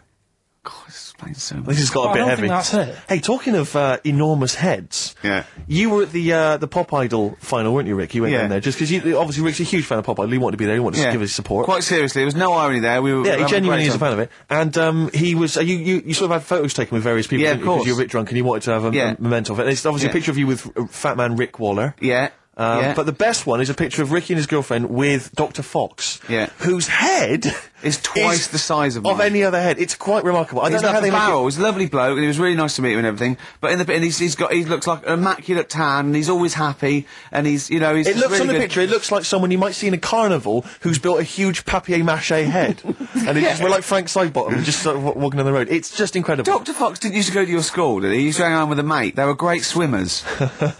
God, this explains so much.
This has got a
Well, Oh, I
bit
don't
heavy.
think that's it.
Hey, talking of uh, enormous heads,
Yeah.
you were at the uh, the Pop Idol final, weren't you, Rick? You went
Yeah.
down there just because you obviously Rick's a huge fan of Pop Idol. He wanted to be there. He wanted to give his support.
Quite seriously, there was no irony there. We were we were
yeah, he
having a
genuinely
great
is a
time.
fan of it. And um, he was. Uh, you, you you sort of had photos taken with various people.
Yeah, of
didn't you? 'Cause
course.
you were a bit drunk and you wanted to have a, a
Yeah.
memento of it. And it's obviously
Yeah.
a picture of you with uh, Fat Man Rick Waller.
Yeah,
Um,
yeah.
But the best one is a picture of Ricky and his girlfriend with Dr. Fox,
Yeah.
whose head
Is twice the size of
of
mine.
any other head. It's quite remarkable. I
He's
don't know
like a
how they make it-
barrel. He's a lovely bloke, and he was really nice to meet him and everything. But in the and he's, he's got he looks like an immaculate tan, and he's always happy, and he's you know he's
It
just
looks
really
on the
good.
picture. It looks like someone you might see in a carnival who's built a huge papier-mâché head, and it's we're like Frank Sidebottom and just sort of wa- walking down the road. It's just incredible.
Dr. Fox didn't used to go to your school, did he? He used to hang around with a mate. They were great swimmers.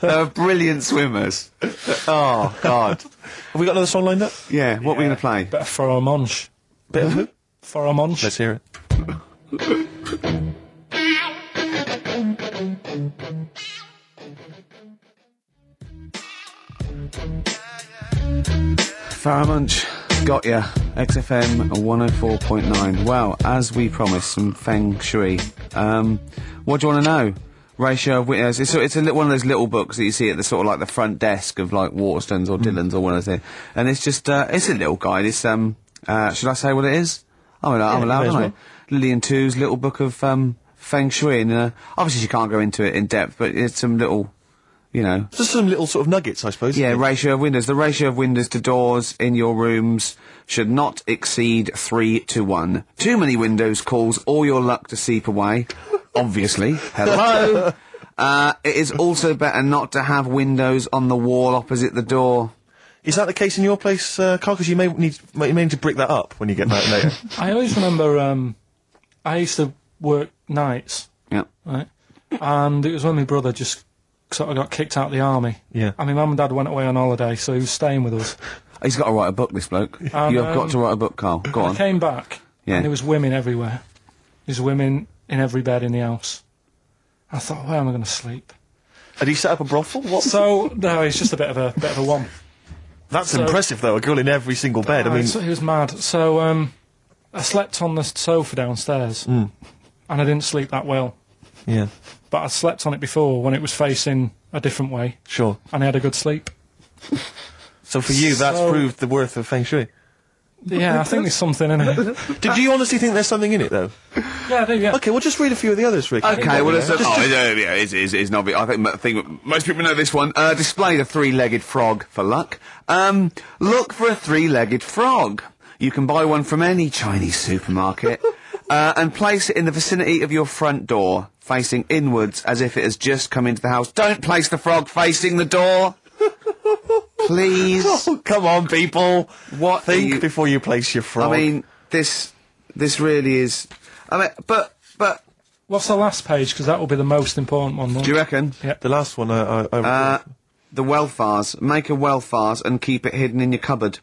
they were brilliant swimmers. Oh, God.
Have we got another song lined up?
Yeah, what were we going to play?
Bit of fromanche.
Bit of who?
Fromanche.
Let's hear it.
Farrah Munch, got ya. XFM 104.9. Well, as we promised, some feng shui. Um, what do you want to know? Ratio of witness. It's, it's a, li- one of those little books that you see at the sort of like the front desk of like Waterstones
Hmm.
or Dillon's or one of those things. And it's just, uh, it's a little guide. It's, um, uh, should I say what it is? I'm allowed, I'm
you
allowed
may as
aren't I?
well.
Lillian Two's little book of, um, feng shui. And, uh, obviously she can't go into it in depth, but it's some little, you know,
Just some little sort of nuggets, I suppose.
yeah, ratio of windows. The ratio of windows to doors in your rooms should not exceed three to one. Too many windows calls all your luck to seep away. Obviously. Hello. uh, it is also better not to have windows on the wall opposite the door.
Is that the case in your place, uh, Carl? Because you may need may- you may need to brick that up when you get back later.
I always remember um, I used to work nights,
Yeah.
right? And it was when my brother just sort of got kicked out of the army.
Yeah.
And my mum and dad went away on holiday, so he was staying with us.
He's got to write a book, this bloke.
Um,
you have got to write a book, Carl. Go
I
on.
came back,
Yeah.
and there was women everywhere. There's women in every bed in the house. I thought, where am I going to sleep?
Had he set up a brothel? What?
So no, it's just a bit of a bit of a one.
That's
so-
impressive, though. A girl in every single bed.
Oh,
I mean,
so he was mad. So um, I slept on the s- sofa downstairs, and I didn't sleep that well.
yeah,
But I slept on it before when it was facing a different way,
sure.
and I had a good sleep.
So for you, that's
So-
proved the worth of feng shui.
Yeah, I think there's something in it.
Did you honestly think there's something in it, though?
Yeah, I do, yeah.
Okay, well, just read a few of the others, Rick.
Okay, well, it's,
Just-
oh, yeah, yeah, it's, it's, it's not. I think, I think most people know this one. Uh, display the three-legged frog for luck. Um, look for a three-legged frog. You can buy one from any Chinese supermarket, uh, and place it in the vicinity of your front door, facing inwards, as if it has just come into the house. Don't place the frog facing the door, please.
Oh, come on, people.
What
Think
are you-
before you place your frog.
I mean, this this really is. I mean, but but
What's the last page? Because that will be the most important one. won't
do you
it?
reckon?
the last one, I. I, I
Uh, the Welfars. Make a Welfars and keep it hidden in your cupboard.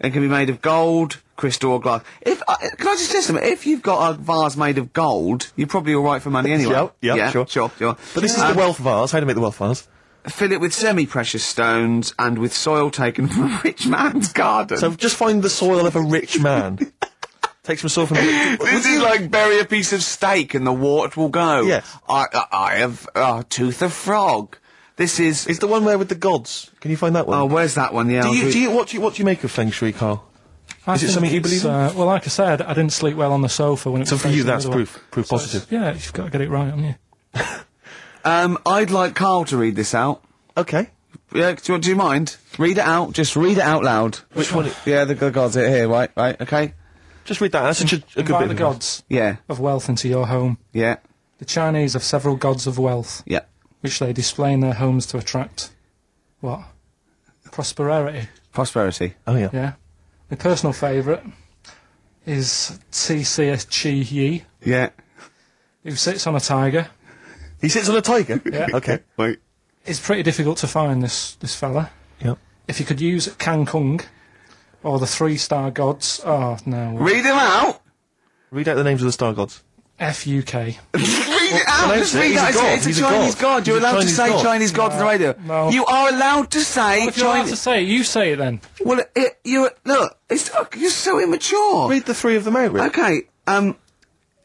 It can be made of gold, crystal, or glass. If uh, can I just listen? If you've got a vase made of gold, you're probably all right for money anyway.
yeah, yeah, sure,
sure, sure.
But this is
Um,
the wealth vase. How to make the wealth vase?
Fill it with semi-precious stones and with soil taken from a rich man's garden.
So just find the soil of a rich man. Take some soil from. A rich...
this is like bury a piece of steak and the water will go.
Yes.
I, I, I have a tooth of frog. This is.
Is the one there with the gods? Can you find that one?
oh, where's that one? Yeah.
do
I'll
you,
do-
do you what do you what do you make of feng shui, Carl?
I
Is it
think
something you
it's,
believe in?
Uh, well, like I said, I didn't sleep well on the sofa when it
So
was
for you,
facing the
that's
other way.
proof, proof
So it's-
positive.
Yeah, you've got to get it right, haven't you?
Um, I'd like Carl to read this out.
Okay.
Yeah, do you, do you mind? Read it out. Just read it out loud.
Which one?
Yeah, the the gods it here. Right, right. Okay.
Just read that. That's such a, a good
Invite
bit.
the
of-
gods
Yeah,
of wealth into your home.
yeah,
The Chinese have several gods of wealth,
yeah.
which they display in their homes to attract what prosperity.
Prosperity.
Oh yeah.
Yeah. My personal favourite is TCS Chi Yi,
Yeah.
who sits on a tiger.
He sits on a tiger.
Yeah.
Okay.
Wait.
It's pretty difficult to find this this fella.
Yeah.
If you could use Kang Kung or the three star gods, oh no,
Read him out.
Read out the names of the star gods.
F U K.
Read it out.
no,
Just
he's a
read it out.
god,
It's a,
he's a
Chinese
god.
god. You're
He's a
allowed
Chinese
to say
god.
Chinese god on the radio.
no.
You are allowed to say
If you're allowed
Chinese.
to say it, you say it then.
Well, it, you look. It's uh, you're so immature.
Read the three of them out. Really.
Okay. Um,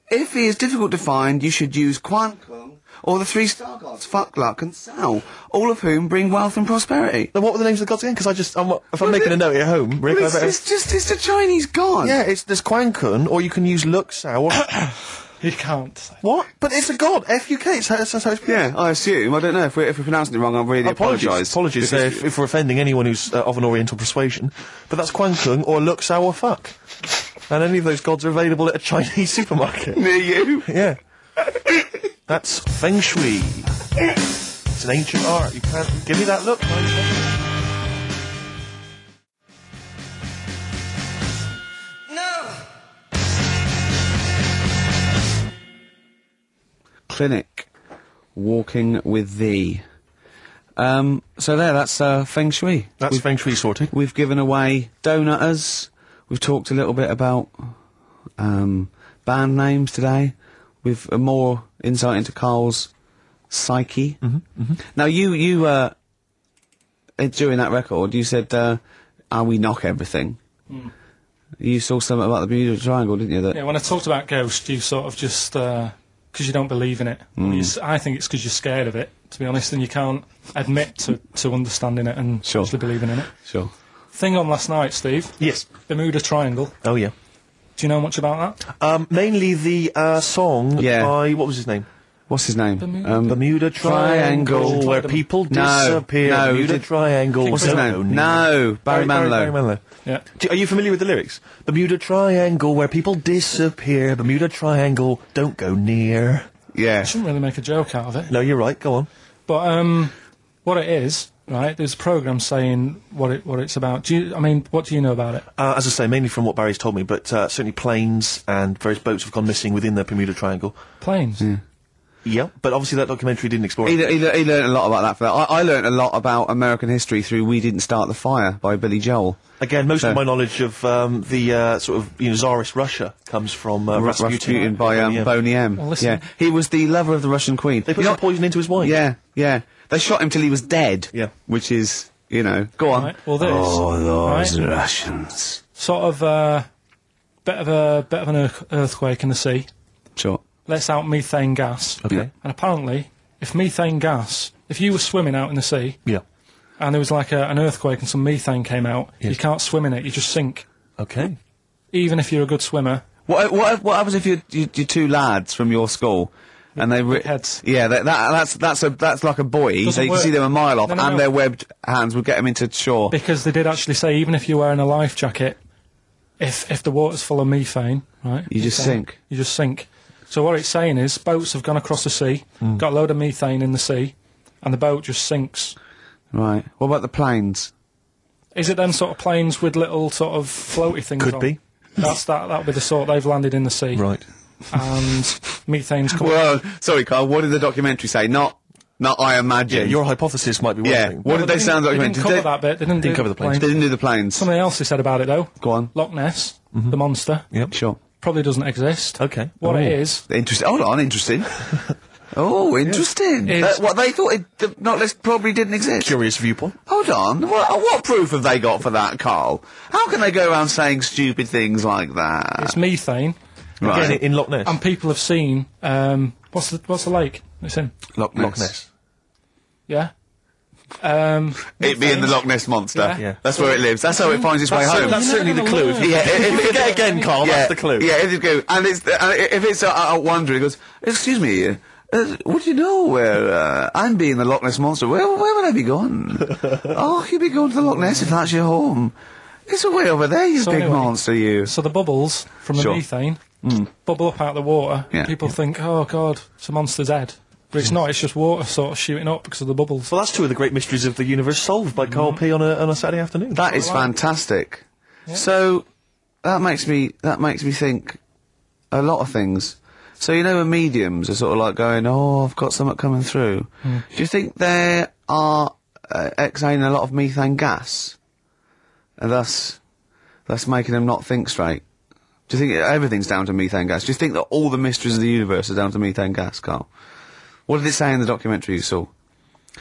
if he is difficult to find, you should use Quan Kung or the three star gods, Fuck Luck and Sal, all of whom bring wealth and prosperity.
Then what were the names of the gods again? Because I just, I'm, if I'm
Well,
making
it-
a note at home, Rick,
Well,
I
it's,
better.
it's just it's a Chinese god.
Yeah, it's there's Quan Kun, or you can use Luxao. Or,
You can't. say it.
what? But it's a god. F U K. It's how, that's how it's.
Yeah, I assume. I don't know if we're, if we're pronouncing it wrong. I really
Apologies,
apologise.
apologies uh,
Because-
if, if we're offending anyone who's uh, of an Oriental persuasion, but that's Quan Kung or Luxao or Fuck, and any of those gods are available at a Chinese supermarket.
near you.
Yeah. That's feng shui. It's an ancient art. You can't give me that look.
Clinic, walking with thee. Um, so there, that's uh, feng shui.
That's feng shui sorted.
We've given away donuters. We've talked a little bit about um, band names today. With a more insight into Carl's psyche.
Mm-hmm,
Now, you you uh, uh, during that record, you said, uh, "Are we knock everything?" You saw something about the Bermuda Triangle, didn't you? That
Mm. Yeah, when I talked about ghosts, you sort of just because you don't believe in it. You s- I think it's because you're scared of it, to be honest, and you can't admit to, to understanding it and
Sure.
actually believing in it.
sure.
Thing on last night, Steve.
Yes.
Bermuda Triangle.
Oh yeah.
Do you know much about that?
Um, mainly the uh, song
Yeah.
by what was his name?
What's his name?
Bermuda.
Um,
Bermuda Triangle,
Triangle.
where people
No,
disappear.
no,
Bermuda
did-
Triangle.
What's his
so
name?
lonely.
No, Barry, Manilow.
Barry Manilow.
Yeah.
Do- Are you familiar with the lyrics? Bermuda Triangle, where people disappear. Bermuda Triangle, don't go near.
Yeah.
Shouldn't really make a joke out of it.
No, you're right. Go on.
But um, what it is, right? There's a program saying what it what it's about. Do you? I mean, what do you know about it?
Uh, as I say, mainly from what Barry's told me, but uh, certainly planes and various boats have gone missing within the Bermuda Triangle.
Planes.
Yeah, but obviously that documentary didn't explore.
He,
it.
he, he learned a lot about that. For that. I, I learned a lot about American history through "We Didn't Start the Fire" by Billy Joel.
Again, most
No.
of my knowledge of um, the uh, sort of you know Tsarist Russia comes from uh,
Ru-
Rasputin.
Rasputin by um,
Yeah.
Boney M.
Well,
yeah,
listen.
he was the lover of the Russian queen.
They put
You know-
some poison into his wine.
yeah, yeah. They shot him till he was dead.
Yeah. Oh,
which is you know, go on.
Right. Well, this. right?
Russians.
Sort of uh, bit of a bit of an earth- earthquake in the sea.
Sure.
Lets out methane gas.
Okay.
And apparently, if methane gas, if you were swimming out in the sea
Yeah.
and there was like a, an earthquake and some methane came out,
Yeah.
you can't swim in it. You just sink.
Okay.
Even if you're a good swimmer,
What what what happens if you you you two lads from your school? And they re-
Heads.
yeah, that, that that's that's a that's like a buoy. So
Doesn't
you
work.
can see them a mile off,
No, no,
and
no.
their webbed hands would get them into shore.
because they did actually say even if you're wearing a life jacket, if if the water's full of methane, right,
You just
methane,
sink.
You just sink. So what it's saying is boats have gone across the sea,
Mm.
got a load of methane in the sea, and the boat just sinks.
Right. What about the planes?
Is it them sort of planes with little sort of floaty things?
Could
on?
be.
That's that. That would be the sort they've landed in the sea,
Right.
and methane's coming.
Well, sorry, Carl. What did the documentary say? Not, not I imagine.
Yeah, your hypothesis might be one
Yeah,
thing.
what
But
did they sound like?
They didn't
Did
cover
they-
that bit. They didn't,
Didn't
do
cover the planes.
They didn't do the planes.
Something else they said about it though.
Go on.
Loch Ness, the monster,
Mm-hmm. Yep.
Sure.
probably doesn't exist.
Okay.
What it
Oh.
is
Interesting. Hold on. Interesting. oh, interesting.
It's-
That- what they thought it the not list probably didn't exist.
Curious viewpoint.
Hold on. What, what proof have they got for that, Carl? How can they go around saying stupid things like that?
It's methane,
Again,
right.
in Loch Ness.
and people have seen um, what's the what's the lake? It's in,
Loch
Loch Ness.
yeah. Um,
It being the Loch Ness monster.
Yeah.
That's where it lives. That's how it finds its way home.
that's certainly the clue. If you,
Yeah, if, if,
get again, Carl,
yeah,
that's the clue.
Yeah, if it go and it's uh, i- if it's uh, out wandering, it goes. Excuse me. uh, Uh, would you know where uh, I'm being the Loch Ness monster? Where where would I be going? oh, you'd be going to the Loch Ness if that's your home. It's away over there, you
So
big
anyway-
monster, you.
so the bubbles from the
Sure. Hmm.
methane bubble up out of the water.
Yeah. Hmm.
People think, oh god, it's a monster's head, but it's not. It's just water sort of shooting up because of the bubbles.
Well, that's two of the great mysteries of the universe solved by Carl
Mm-hmm.
P on a, on a Saturday afternoon.
That is fantastic. So that makes me that makes me think a lot of things. So you know, when mediums are sort of like going, "Oh, I've got something coming through." Do you think they are uh, exhaling a lot of methane gas, and thus thus making them not think straight? Do you think everything's down to methane gas? Do you think that all the mysteries of the universe are down to methane gas, Carl? What did it say in the documentary you saw?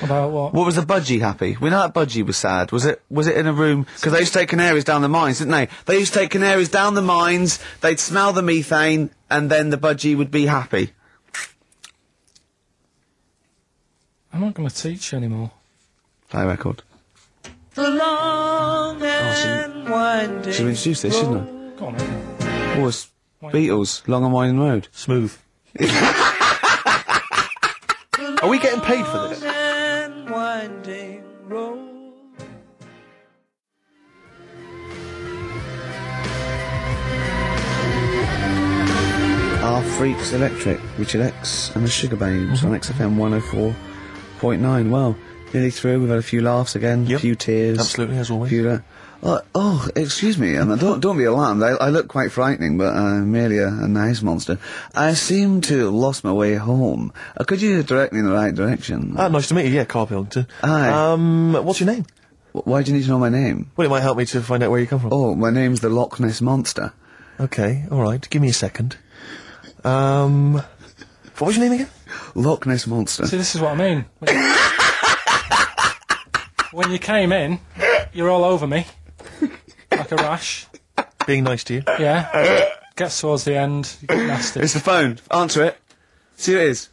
About what?
What was the budgie happy? We know that budgie was sad. Was it? Was it in a room? Because they used to take canaries down the mines, didn't they? They used to take canaries down the mines. They'd smell the methane, and then the budgie would be happy.
I'm not going to teach you anymore.
Play a record.
The long and winding.
Should have introduced this, shouldn't
Go on, Ian.
I? Oh, it's Beatles, Long and Winding Road.
Smooth. Are we getting paid for this?
and winding road.
Our Freaks Electric, Richard X and the Sugar Babes
Mm-hmm.
on XFM 104.9. Well, nearly through. We've had a few laughs again, a
Yep.
few tears.
Absolutely, as always.
Few, uh, oh, oh, excuse me. Um, don't, don't be alarmed. I, I look quite frightening, but I'm merely a, a nice monster. I seem to have lost my way home. Uh, could you direct me in the right direction?
Ah, nice to meet you. Yeah, Carl Pilkington.
Ah, Hi.
Um, what's your name?
Wh- Why do you need to know my name?
Well, it might help me to find out where you come from.
Oh, my name's the Loch Ness Monster.
Okay, all right. Give me a second. Um, what was your name again?
Loch Ness Monster.
See, this is what I mean. When you- when you came in, you're all over me, like a rash.
Being nice to you.
Yeah. Gets towards the end, you get nasty.
It's the phone. Answer it. See who it is.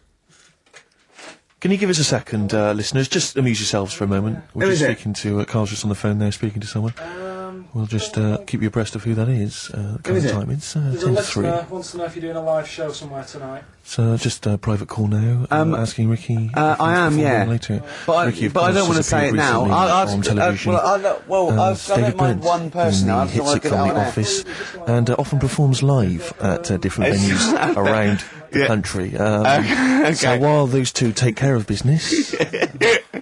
Can you give us a second, uh, listeners? Just amuse yourselves for a moment. We're
Who is
just
it? Um,
speaking to uh, Carl's just on the phone there, speaking to someone. we'll just uh, keep you abreast of who that is. Uh, kind
is
of
it?
time. It's uh, ten to three.
wants to know if you're doing a live show somewhere tonight.
So just a private call now.
Um,
Um, asking Ricky.
Uh,
if
I
he's
am,
performing
yeah.
Later.
But I,
Ricky, of
but I
course,
don't want to
has appeared
say it now.
recently
I, I,
on
uh,
television.
well, I, don't- well,
um,
I've, I
David
don't mind
Brent
one person
in
now. I
the
just don't
hit
want to
sitcom
get out
The
on air.
Office, and uh, often performs live at uh, different venues around the
Yeah.
country. Um, So while those two take care of business.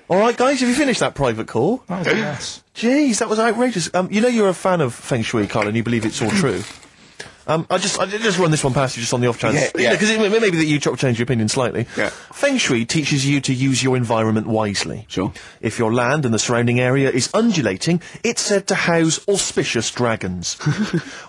All right, guys, have you finished that private call?
That was a mess.
Jeez, that was outrageous. Um, you know you're a fan of feng shui, Carl, and you believe it's all true. Um, I just, I did just run this one past you just on the off chance,
Yeah, yeah.
because it may maybe that you chop change your opinion slightly.
Yeah.
Feng shui teaches you to use your environment wisely.
Sure.
If your land and the surrounding area is undulating, it's said to house auspicious dragons.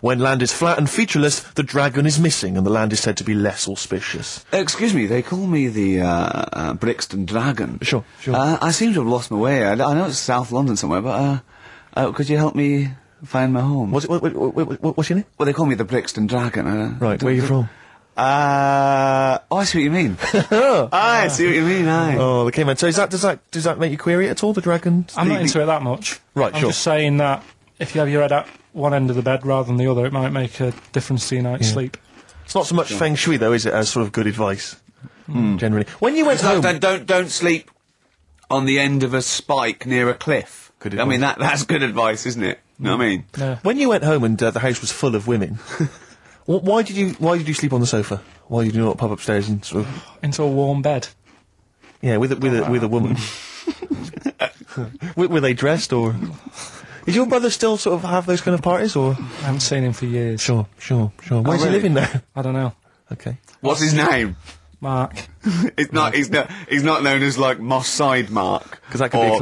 when land is flat and featureless, the dragon is missing, and the land is said to be less auspicious.
Excuse me, they call me the uh, uh, Brixton Dragon.
Sure, sure.
Uh, I seem to have lost my way. I, I know it's South London somewhere, but uh, uh, could you help me find my home?
What's, what, what, what, what- what's your name?
Well, they call me the Brixton Dragon. Uh,
Right,
d-
where are you
d-
from?
Uh, oh, I see what you mean. Ah, I see what you mean. Aye.
Oh, the Cayman. So is that does that does that make you query it at all? The dragon?
I'm not
The-
into it that much.
Right,
I'm
sure.
just saying that if you have your head at one end of the bed rather than the other, it might make a difference to your night's sleep.
It's not so much feng shui though, is it? As sort of good advice. Generally, when you went home,
Don't, don't don't sleep on the end of a spike near a cliff.
Good
I mean
advice.
that that's good advice, isn't it? Know what I mean?
No.
when you went home and uh, the house was full of women, wh- why did you why did you sleep on the sofa? Why did you not pop upstairs and sort of
Into a warm bed.
yeah with a, with a, with a woman? were, were they dressed or? Is your brother still sort of have those kind of parties or?
I haven't seen him for years.
Sure, sure, sure. Where's
really?
he living now?
I don't know.
Okay.
What's his name?
Mark.
It's not. He's not. He's not known as like Moss Side Mark
'Cause that could be a
or,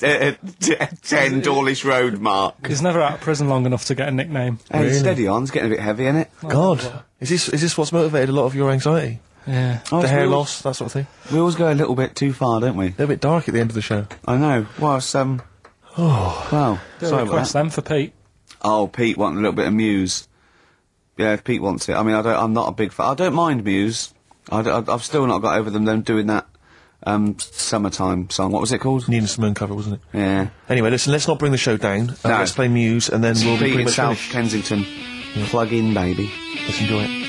clue.
uh, Ten Dawlish Road Mark.
He's never out of prison long enough to get a nickname.
Eh.
Hey, steady on. It's getting a bit heavy, isn't it?
God, is this is this what's motivated a lot of your anxiety?
Yeah.
the
it's
hair
real-
loss, that sort of thing.
We always go a little bit too far, don't we?
They're a bit dark at the end of the show.
I know. Well, it's, um. Oh. Wow.
Do
Sorry
a
about
request
that.
then for Pete.
Oh, Pete wanted a little bit of Muse. Yeah, if Pete wants it. I mean, I don't. I'm not a big fan. I don't mind Muse. I don't- I've I've still not got over them. Them doing that. um, summertime song. What was it called?
Nina Simone cover, wasn't it?
Yeah.
Anyway, listen, let's not bring the show down. Uh,
No.
Let's play Muse, and then we'll be
Beat
pretty
in
much
South
finished.
Kensington. Plug in, baby.
Let's enjoy it.